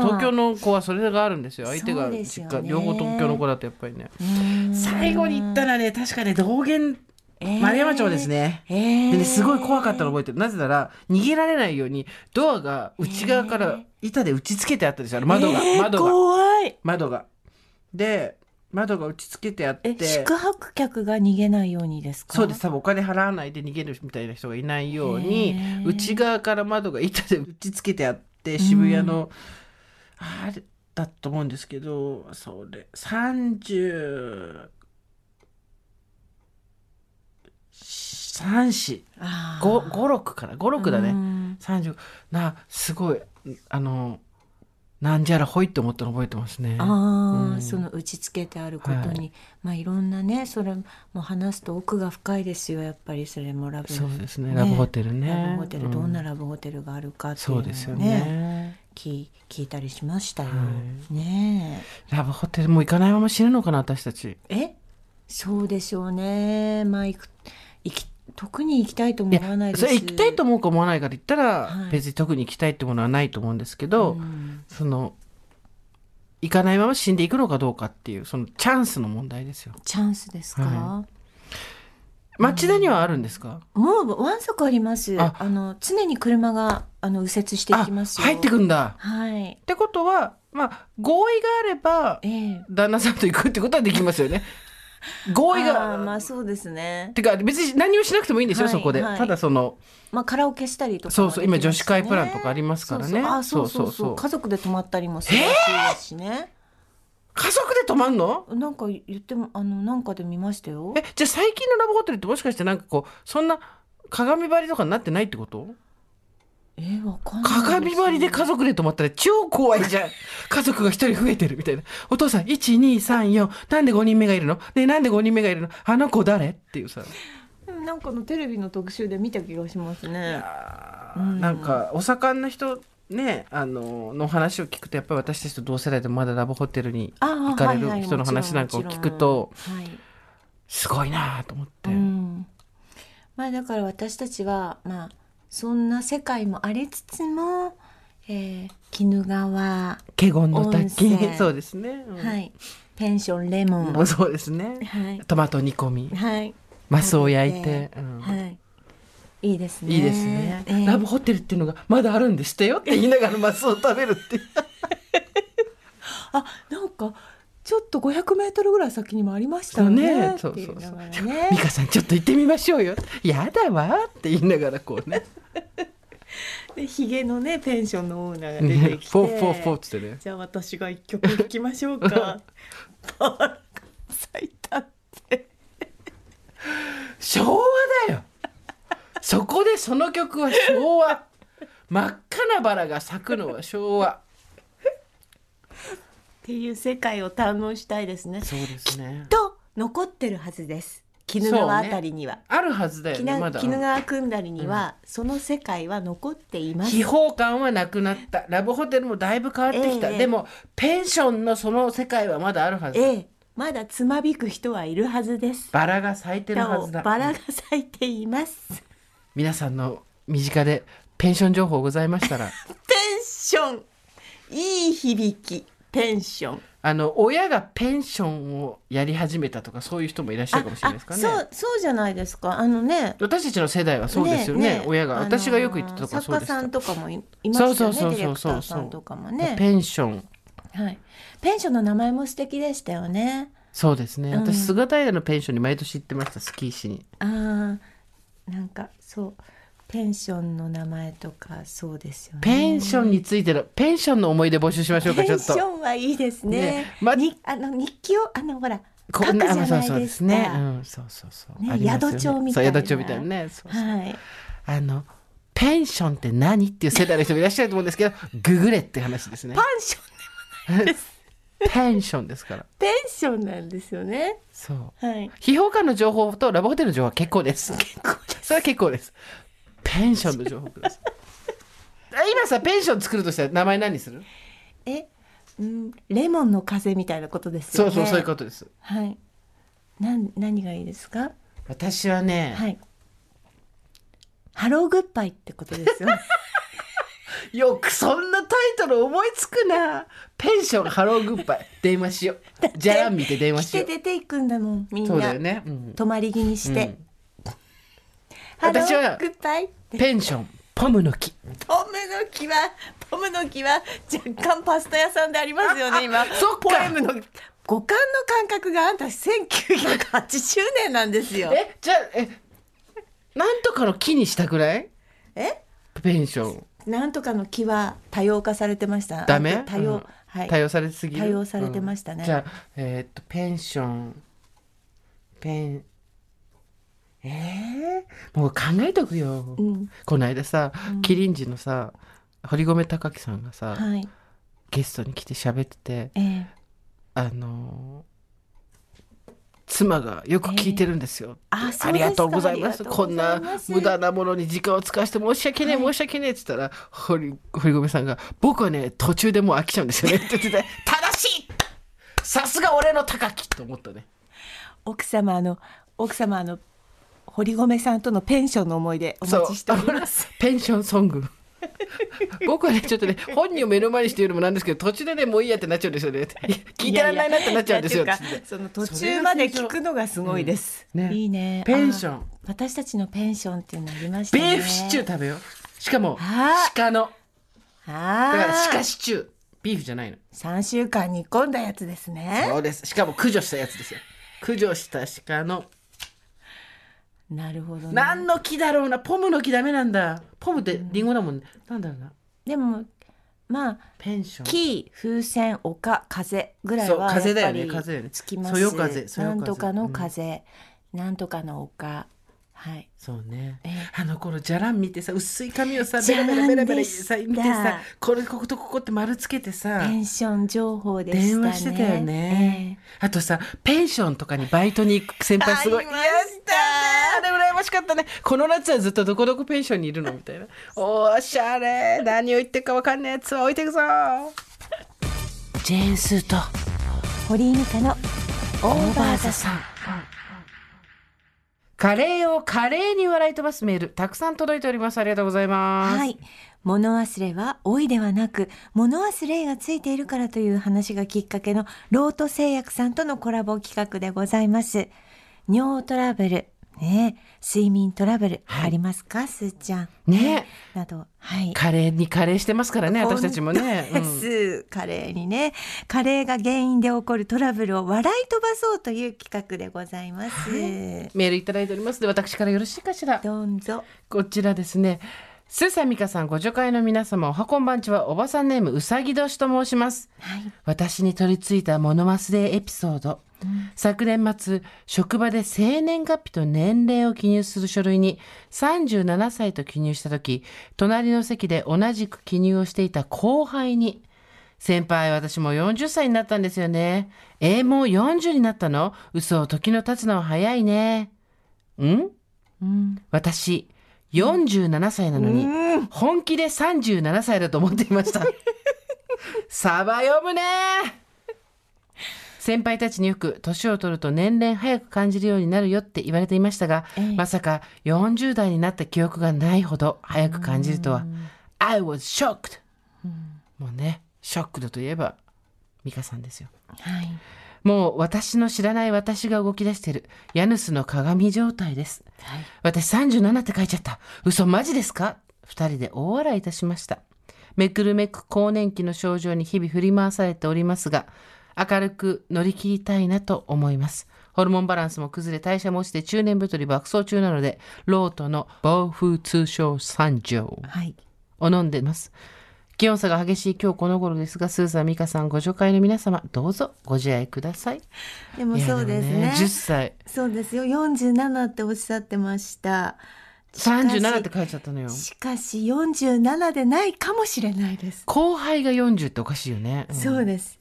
S4: そううん東京の子はそれがあるんですよ相手
S5: そ
S4: が
S5: うで
S4: 実
S5: すよ
S4: 家、
S5: ね
S4: 両方東京の子だとやっぱりね
S5: うん
S4: 最後に行ったらね確かね道玄
S5: えー
S4: 丸山町ですね、
S5: えー
S4: でねすごい怖かったの覚えてるなぜなら逃げられないようにドアが内側から板で打ち付けてあったんですよあの窓が、
S5: えー
S4: 窓が
S5: 怖い
S4: 窓がで窓が打ち付けてあっ
S5: え
S4: て
S5: 宿泊客が逃げないようにですか
S4: そうです多分お金払わないで逃げるみたいな人がいないよう
S5: へ
S4: に
S5: ー
S4: 内側から窓が板で打ち付けてあって渋谷の、あれだと思うんですけどそれ30 3 4 5 5 6から56だね、
S5: ね
S4: 30なすごいあのなんじゃらほいって思ったの覚えてますね。
S5: ああ、
S4: うん
S5: その打ち付けてあることに、、
S4: はい
S5: まあいろんなねそれも話すと奥が深いですよやっぱりそれもラブ
S4: そうですねラブホテルね
S5: ラブホテル、
S4: うん
S5: どんなラブホテルがあるかっていう
S4: そ
S5: のを
S4: う
S5: ね
S4: ですよね。
S5: 聞い聞いたりしましたよ、
S4: はい
S5: ね
S4: ラブホテルも行かないまま死ぬのかな私たち。
S5: ええそうでしょうねまあ行く行き特に行きたいとも思わないです
S4: それ行きたいと思うか思わないから行ったら
S5: はい
S4: 別に特に行きたいってものはないと思うんですけど、
S5: うん
S4: その行かないまま死んでいくのかどうかっていうそのチャンスの問題ですよ。
S5: チャンスですか、
S4: は町田にはあるんですか？
S5: もうわんさかありますあ
S4: あ
S5: の常に車があの右折してい
S4: あ
S5: きますよ
S4: 入ってくんだ。
S5: はい
S4: ってことはまあ合意があれば
S5: ええ
S4: 旦那さんと行くってことはできますよね。合意
S5: あー
S4: が。
S5: まあそうですね
S4: てか別に何をしなくてもいいんですよ、
S5: はい
S4: そこで、
S5: はい
S4: ただその
S5: まあカラオケしたりとか
S4: そうそう
S5: はできますしね
S4: 今女子会プランとかありますからね
S5: そうそうあそうそうそう
S4: そうそうそう
S5: 家族で泊まったりもするらしいしね、
S4: 家族で泊まんの
S5: なんか言ってもあのなんかで見ましたよ
S4: えじゃあ最近のラブホテルってもしかしてなんかこうそんな鏡張りとかになってないってこと
S5: えー、わかんない
S4: 鏡張りで家族で泊まったら超怖い
S5: [laughs]
S4: じゃん家族が一人増えてるみたいなお父さん1234なんで5人目がいるのねなんで5人目がいるのあの子誰っていうさ、
S5: でもなんかのテレビの特集で見た気がしますねうん
S4: なんかお盛んな人ねあのの話を聞くとやっぱり私たちと同世代でまだラブホテルに
S5: あ
S4: 行
S5: 行
S4: かれる人の話なんかを聞くと
S5: はい
S4: すごいなと思って、
S5: うん、まあだから私たちはまあそんな世界もありつつも、えー、鬼怒川、
S4: 華厳の
S5: 温
S4: 滝
S5: 泉
S4: [laughs] そうですね、うん
S5: はいペンションレモン、
S4: もうそうですね
S5: はい
S4: トマト煮込み
S5: はい
S4: マスを焼いて
S5: ね、
S4: うん
S5: はい。いいですね。
S4: いいですね、
S5: ええ
S4: ラブホテルっていうのがまだあるんでしてよって言いながらマスを食べ
S5: [laughs]
S4: るっていう
S5: あ、なんか。ちょっと500メートルぐらい先にもありましたよね。
S4: そう
S5: って
S4: ね
S5: い
S4: そうそうそう
S5: のがね
S4: 美香さんちょっと行ってみましょうよやだわって言いながらこうね
S5: で、ひげのね、ペンションのオーナーが
S4: フ
S5: [laughs] 出て
S4: ォー
S5: きて。
S4: フォーフォーっつってね
S5: じゃあ、私が一曲弾きましょうか。バラが咲いたって。
S4: 昭和だよそこでその曲は昭和真っ赤なバラが咲くのは昭和
S5: っていう世界を堪能したいですね。
S4: そうですね
S5: と、残ってるはずです。鬼怒川あたりには。
S4: あるはずだよ
S5: 鬼
S4: ね
S5: な
S4: まだ
S5: 鬼怒川くんだりには、その世界は残っています。
S4: 秘宝感はなくなったラブホテルもだいぶ変わってきた、
S5: ええ
S4: でもペンションのその世界はまだあるはず、
S5: ええ、まだつまびく人はいるはずです。
S4: バラが咲いてるはずだ
S5: バラが咲いています。
S4: 皆さんの身近でペンション情報ござい
S5: [laughs]
S4: ましたら
S5: ペンション。いい響き。ペンション。
S4: あの親がペンションをやり始めたとかそういう人もいらっしゃるかもしれないですから
S5: ああそ
S4: ね
S5: う、そうじゃないですか。あのね。
S4: 私たちの世代はそうですよね親が
S5: あのー
S4: 私がよく言ってたとかそ
S5: 作家
S4: うでした
S5: さんとかもいいますよね。
S4: そうそうそうそう
S5: ディレクターさんとかもね。
S4: ペンション
S5: はい。ペンションの名前も素敵でしたよね。
S4: そうですね、
S5: うん
S4: 私菅平のペンションに毎年行ってましたスキーしに
S5: ああ、なんかそうペンションの名前とかそうですよね。
S4: ペンションについてのペンションの思い出募集しましょうかち
S5: ペ
S4: ょ
S5: ン
S4: っ
S5: シ
S4: と
S5: ョンはいいですね。
S4: ねま
S5: にあの日記をあのほら書
S4: こ
S5: く
S4: ん
S5: じゃな
S4: な
S5: いですか。
S4: あそうそうですね、うん、そうそうそう、
S5: ね
S4: ありますよ
S5: 宿帳みたいな
S4: そう宿帳みたいなねそうそう
S5: はい。
S4: あのペンションって何っていう世代の人もいらっしゃると思うんですけど [laughs] ググれって話ですね
S5: パンション
S4: ペンションですから
S5: ペンションなんですよね。
S4: そう
S5: はい。
S4: 批評家の情報とラブホテルの情報は結
S5: [laughs]
S4: 構ですそれは結構ですペンションの情報
S5: [laughs]
S4: くださいあ今さペンション作るとしたら名前何にする
S5: え、うんレモンの風みたいなことですよ
S4: そう
S5: ね。
S4: そうそういうことです
S5: はい。なん何がいいですか。
S4: 私はね、
S5: はい。ハローグッバイってことです
S4: [laughs]
S5: よね。
S4: よくそんなタイトル思いつくなペンションハローグッバイ電話しようじゃらん見て電話
S5: 来
S4: しよ
S5: て
S4: う
S5: 出ていくんだもんみんな。
S4: そうだよね、うん
S5: 泊まり気にして。
S4: うん
S5: ハロ
S4: 私は
S5: ーグッバイ。
S4: ペンションポムの木
S5: ポムの木はポムの木は若干パスタ屋さんでありますよね今
S4: そっか
S5: ポエムの五感の感覚があんた1980年なんですよ
S4: えじゃあえなんとかの木にしたくらい
S5: え
S4: ペンション
S5: なんとかの木は多様化されてました
S4: ダメ
S5: あ多様、
S4: うん
S5: はい
S4: 対応されすぎる
S5: 対応されてましたね
S4: うんじゃあえーっとペンションペンえー、もう考えとくよ、
S5: うん
S4: この間さ、キリンジのさ堀米貴樹さんがさ、
S5: はい
S4: ゲストに来て喋ってて
S5: ええ
S4: あのー妻がよく聞いてるんですよ、
S5: えーあそう
S4: ありがとうござい
S5: で
S4: ますす
S5: か
S4: こん
S5: あ
S4: な
S5: りがとうございます
S4: 無駄なものに時間を使わせて申し訳ねえ、申し訳ねえって言ったら堀堀米さんが「僕はね途中でもう飽きちゃうんです
S5: [laughs]
S4: よね」って言ってて「正しいさすが俺の高木!」と思ったね
S5: 奥様あの奥様あの堀米さんとのペンションの思い出お
S4: そう
S5: 待
S4: [laughs]
S5: ちしております
S4: あのペンションソング僕はねちょっとね本人を目の前にして言うのもなんですけど途中でねもういいやってなっちゃうんですよね聞いてられないなってなっちゃうんですよ
S5: いやい
S4: つ
S5: や
S4: っ
S5: い
S4: て
S5: やその途中まで聞くのがすごいです。
S4: うんね
S5: いいね。
S4: ペンション
S5: あ。私たちのペンションっていうのありました
S4: ベ
S5: ね。
S4: ーフシチュー
S5: ー。
S4: 食べようしかも
S5: あー
S4: 鹿のだから
S5: あ
S4: 鹿
S5: あ。
S4: シチュービーフじゃないの
S5: 三週間煮込んだやつですね。
S4: そうですしかも駆除したやつですよ駆除した鹿の
S5: なるほど、ね。
S4: 何の木だろうなポムの木ダメなんだポムってリンゴだもんねなんだろうな
S5: でもまあ
S4: ペンション
S5: 木風船丘風ぐらいはやっぱり
S4: そう風だよね風だよね
S5: つきます。
S4: そよ風そよ
S5: な
S4: 風
S5: んとかの風、なんとかの丘はい。
S4: そうね
S5: ええ
S4: あの頃じゃらん見てさ薄い髪をさ
S5: じ
S4: ベ
S5: ゃら
S4: ラ
S5: ん
S4: ベラベラベラ
S5: でした
S4: さ見てさこれこことここって丸つけてさ
S5: ペンション情報でしたね。
S4: 電話してたよね、あとさペンションとかにバイトに行く先輩すごい
S5: ありました
S4: ねあれ羨ましかったねこの夏はずっとどこどこペンションにいるのみた [laughs] いなおしゃれ何を言ってるかわかんないやつは置いてくぞジェーンスーと
S5: ええ堀井美香の
S4: オーバーザさんカレーをカレーに笑い飛ばすメールたくさん届いておりますありがとうございます、
S5: はい。物忘れは老いではなく、物忘れがついているからという話がきっかけの、ロート製薬さんとのコラボ企画でございます。尿トラブル、ねえ、睡眠トラブル、ありますか、すーちゃん。
S4: ね
S5: など、はい。
S4: カレーにカレーしてますからね私たちも [laughs]
S5: [laughs]
S4: ね、う
S5: 本当
S4: ん
S5: ですカレーにねカレーが原因で起こるトラブルを笑い飛ばそうという企画でございます、
S4: メールいただいておりますので私からよろしいかしら
S5: どうぞ
S4: こちらですね。スーサミカさん、ご助会の皆様、おはこんばんちは、おばさんネーム、うさぎ年と申します。
S5: はい
S4: 私に取り付いたモノマスデーエピソード。昨年末、職場で生年月日と年齢を記入する書類に37歳と記入したとき、隣の席で同じく記入をしていた後輩に、先輩、私もう40歳になったんですよね。えー、もう40になったの嘘を時の経つのは早いね。ん私47歳なのに、本気で37歳だと思っていましたサバ読むね先輩たちによく年を取ると年々早く感じるようになるよって言われていましたが、
S5: ええ
S4: まさか40代になった記憶がないほど早く感じるとは I was shocked、もうねショックだといえば美香さんですよ
S5: はい。
S4: もう私の知らない私が動き出してるヤヌスの鏡状態です
S5: はい。
S4: 私37って書いちゃった嘘マジですか2人で大笑いいたしましためくるめく更年期の症状に日々振り回されておりますが明るく乗り切りたいなと思いますホルモンバランスも崩れ代謝も落ちて中年太り爆走中なのでロートの暴風通症三条
S5: はい。
S4: を飲んでます気温差が激しい今日この頃ですがスーザン美香さんご助会の皆様どうぞご自愛ください
S5: でも
S4: いや
S5: そうです
S4: も
S5: ね。
S4: 10歳
S5: そうですよ。47っておっしゃってました。
S4: 37って書いちゃったのよ
S5: しかし47でないかもしれないです。
S4: 後輩が40っておかしいよね、うん
S5: そうです。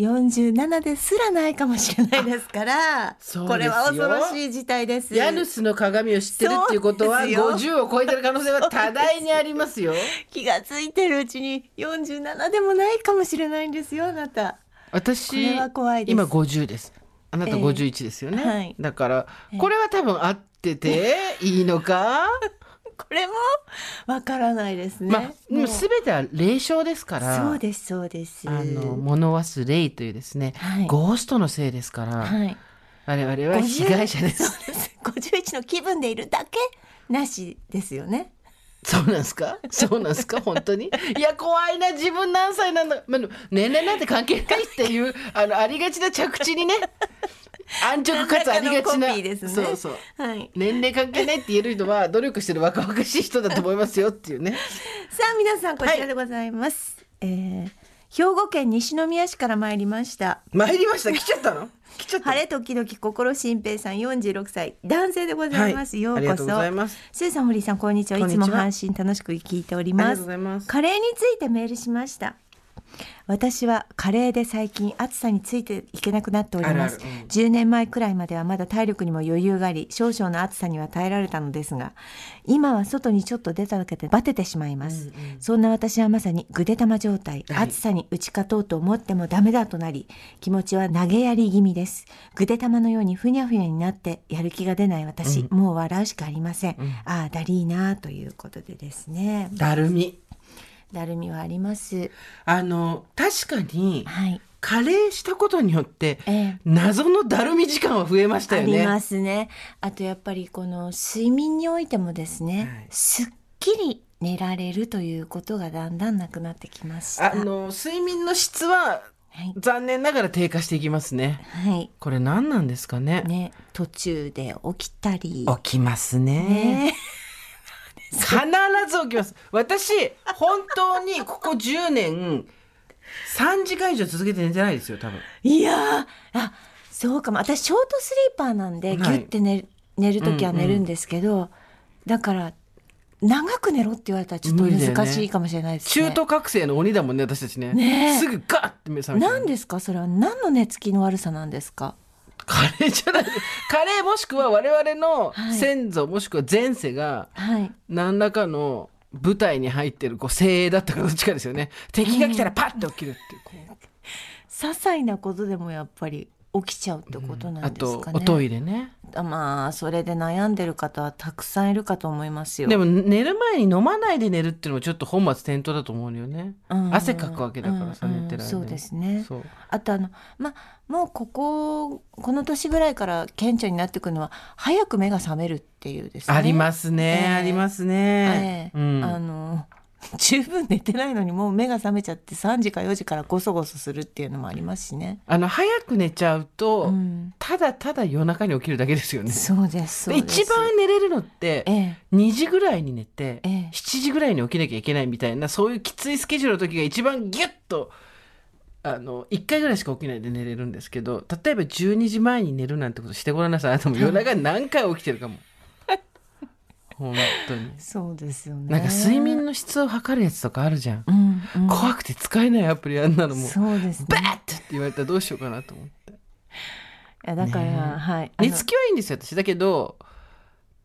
S5: 47ですらないかもしれないですから、
S4: そうです
S5: これ
S4: よ
S5: は恐ろしい事態です。
S4: ヤヌスの鏡を知ってるっていうことは
S5: そうですよ
S4: 50を超えてる可能性は多大にありま
S5: [laughs]
S4: すよ。
S5: 気がついてるうちに47でもないかもしれないんですよ、あなた。こ
S4: 私
S5: れは怖いです
S4: 今50です。あなた
S5: ええ
S4: 51ですよね。
S5: はい
S4: だから
S5: ええ
S4: これは多分合っ
S5: [laughs]
S4: てていいのか。
S5: これもわからないですね。
S4: まあ
S5: もう
S4: すべては霊障ですから。
S5: そうです、そうです。
S4: あの物忘れというですね、
S5: はい
S4: ゴーストのせいですから、
S5: はい。
S4: 我々は被害者です。
S5: そうです。51の気分でいるだけなしですよね。
S4: そうなんですかそうなんですか本当にいや怖いな自分何歳なんだ、まあ、でも年齢なんて関係ないっていうあのありがちな着
S5: [laughs]
S4: 地にね安直かつありがち
S5: 真ん中の
S4: な、
S5: コピーですね
S4: そうそう
S5: はい。
S4: 年齢関係ないって言える人は努力してる若々しい人だと思いますよっていうね
S5: さあ皆さんこちらでございます。えー兵庫県西宮市から参りました。
S4: 参りました来ちゃっ
S5: [laughs]
S4: たの来ちゃったの
S5: 晴れ時々心心平さん46歳男性でございます、
S4: はい
S5: ようこそ
S4: ありがとうございます
S5: スーさん堀井さんこんにちは
S4: こんにちはい
S5: つも配信楽しく聞いており
S4: あり
S5: ま
S4: がとう
S5: す
S4: ございます
S5: カレーについてメールしました私はカレーで最近暑さについていけなくなっております
S4: あるあるうん
S5: 10年前くらいまではまだ体力にも余裕があり少々の暑さには耐えられたのですが今は外にちょっと出ただけでバテてしまいます、そんな私はまさにぐで玉状態、
S4: はい
S5: 暑さに打ち勝とうと思ってもダメだとなり気持ちは投げやり気味ですぐで玉のようにふにゃふにゃになってやる気が出ない私、もう笑うしかありません、ああだりーなあということでですね
S4: だるみ
S5: だるみはあります
S4: あの確かに
S5: はい、
S4: 加齢したことによって
S5: ええ
S4: 謎のだるみ時間は増えました
S5: あ
S4: よ
S5: り
S4: ね
S5: ますね。あとやっぱりこの睡眠においてもですね、
S4: はい
S5: すっきり寝られるということがだんだんなくなってきました。
S4: あの睡眠の質は
S5: はい、
S4: 残念ながら低下していきますね
S5: はい、
S4: これ何なんですかね
S5: ね途中で起きたり、
S4: 起きますね
S5: ね、
S4: 必ず起きます私本当にここ10年3時間以上続けて寝てないですよ多分
S5: いやーあそうかも私ショートスリーパーなんで、
S4: はい
S5: ギュッて寝る寝る時は寝るんですけど、だから長く寝ろって言われたらちょっと
S4: 無理だよね
S5: 難しいかもしれないですね。
S4: 中途覚醒の鬼だもんね私たちね
S5: ねえ
S4: すぐガッて目覚めちゃう
S5: 何ですかそれは何の寝つきの悪さなんですか
S4: カレーじゃないカレーもしくは我々の
S5: はい
S4: 先祖もしくは前世が
S5: はい
S4: 何らかの舞台に入ってるこう精鋭だったかどっちかですよね敵が来たらパッと起きるっていうこう
S5: 些細なことでもやっぱり起きちゃうってことな
S4: あ
S5: んです
S4: と
S5: かね、
S4: おトイレね
S5: あまあそれで悩んでる方はたくさんいるかと思いますよ
S4: でも寝る前に飲まないで寝るっていうのもちょっと本末転倒だと思うのよね、
S5: うん
S4: 汗かくわけだからさ、
S5: うんうん
S4: 寝てる間に
S5: そうですね
S4: そう
S5: あとあのまあもうこここの年ぐらいから顕著になってくるのは早く目が覚めるっていうですね
S4: ありますすね、
S5: ええ
S4: あります
S5: え
S4: ね、
S5: え
S4: うん、
S5: あの [laughs] 十分寝てないのにもう目が覚めちゃって3時か4時からゴソゴソするっていうのもありますしね、
S4: あの早く寝ちゃうと、
S5: うん、
S4: ただただ夜中に起きるだけですよね
S5: そうですそう
S4: で
S5: です
S4: 一番寝れるのって
S5: ええ
S4: 2時ぐらいに寝て、
S5: ええ
S4: 7時ぐらいに起きなきゃいけないみたいなそういうきついスケジュールの時が一番ギュッとあの1回ぐらいしか起きないで寝れるんですけど例えば12時前に寝るなんてことしてごらんなさいあなたも夜中に何回起きてる
S5: [laughs]
S4: かも本当に
S5: そうですよね
S4: なんか睡眠の質を測るやつとかあるじゃん、
S5: うんうん
S4: 怖くて使えないアプリあんなのもう
S5: そうですね
S4: バッてって言われたらどうしようかなと思って
S5: いやだから、
S4: ねえ
S5: はいあの
S4: 寝つきはいいんですよ私だけど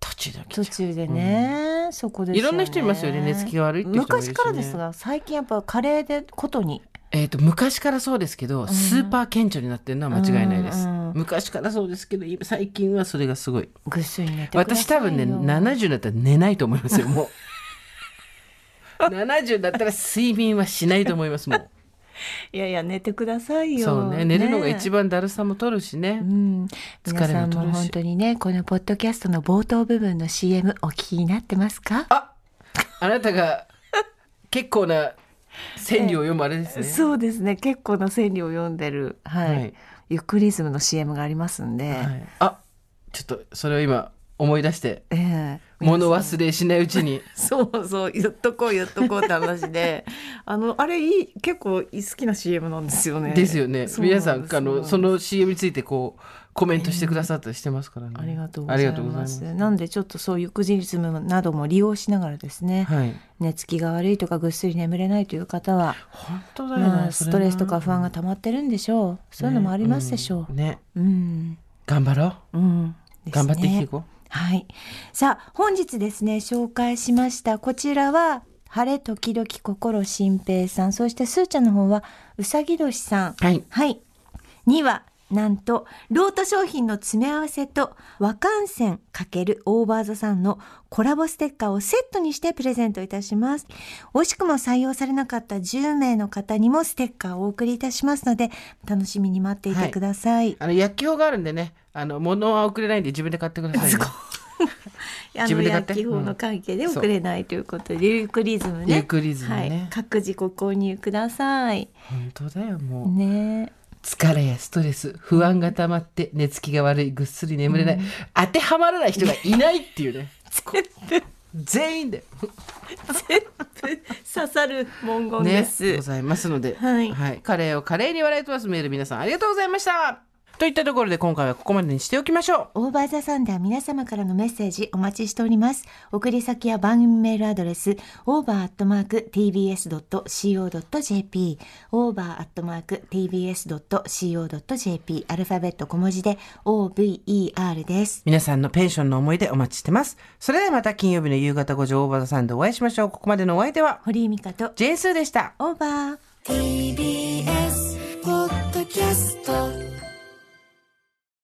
S4: 途中で起きち
S5: 途
S4: ゃう
S5: 中でね、そこですよね
S4: いろんな人いますよね寝つきが悪いって人もいるしね
S5: 昔からですが最近やっぱ加齢でことに
S4: えー、と昔からそうですけど、スーパー顕著になってるのは間違いないです、
S5: うんうん
S4: 昔からそうですけど今最近はそれがすごい
S5: ぐっすり寝てくださいよ
S4: 私多分ね70になったら寝ないと思いますよ
S5: [laughs]
S4: もう70だったら睡眠はしないと思いますもう
S5: いやいや寝てくださ [laughs] いよ
S4: そうね寝るのが一
S5: 番
S4: 番だるさも取るしね
S5: うん、
S4: 疲
S5: 皆
S4: れも取るし
S5: さんも本当にねこのポッドキャストの冒頭部分の CM お聞きになってますか
S4: あなたが結構な川柳を読むあれですね、
S5: そうですね結構な川柳を読んでる、はい
S4: はい
S5: ゆっくりズムの CM がありますんで、
S4: はいあちょっとそれを今思い出して
S5: ええ
S4: 物忘れしないうちに
S5: そうそう言っとこう言っとこうって話で [laughs] あのあれいい結構好きな CM なんですよね
S4: ですよね
S5: そうなん
S4: 皆
S5: です
S4: さんあのその CM についてこうコメントしてくださったりしてますからね
S5: ありがとうございます
S4: ありがとうござい
S5: なんでちょっとそういうクジリズムなども利用しながらですね、
S4: ますはい
S5: 寝つきが悪いとかぐっすり眠れないという方は、
S4: 本当だよね、
S5: まあ、ス
S4: それな
S5: トレスとか不安が溜まってるんでしょうそういうのもありますでしょ
S4: ね,ん、ね
S5: う、うん
S4: 頑張ろう
S5: うんですね
S4: 頑張っていきこ
S5: はい。さあ、本日ですね、紹介しました。こちらは、晴れ時々心心平さん。そして、すーちゃんの方は、うさぎ年さん。
S4: うはい
S5: はい。には、なんと、ロート商品の詰め合わせと、和感染×オーバーザさんのコラボステッカーをセットにしてプレゼントいたします。惜しくも採用されなかった10名の方にもステッカーをお送りいたしますので、楽しみに待っていてください。
S4: あの薬莢があるんでねあの物は送れないんで自分で買ってください、ね、
S5: あ
S4: 自
S5: の
S4: 分で買って
S5: 薬法の関係で送れないということで、ユークリズムね
S4: ゆっくりずム
S5: はい
S4: ね、、
S5: 各自ご購入ください
S4: 本当だよもう、
S5: ね
S4: 疲れやストレス不安がたまって寝つきが悪いぐっすり眠れない、当てはまらない人がいないっていうね全員で
S5: [laughs] 刺さる文言で
S4: ね
S5: す、
S4: ございますので、
S5: はい
S4: カレーをカレーに笑い飛ばすメール皆さんありがとうございましたといったところで今回はここまでにしておきましょう
S5: オーバーザサンでは皆様からのメッセージお待ちしております。送り先や番組メールアドレス、over.tbs.co.jp、over.tbs.co.jp、アルファベット小文字で over です。
S4: 皆さんのペンションの思い出お待ちしてますそれではまた金曜日の夕方5時大場さんでお会いしましょうここまでのお相手は
S5: 堀井美香と、
S4: ジェンスーでした
S5: オーバー。
S3: TBS ポッドキャスト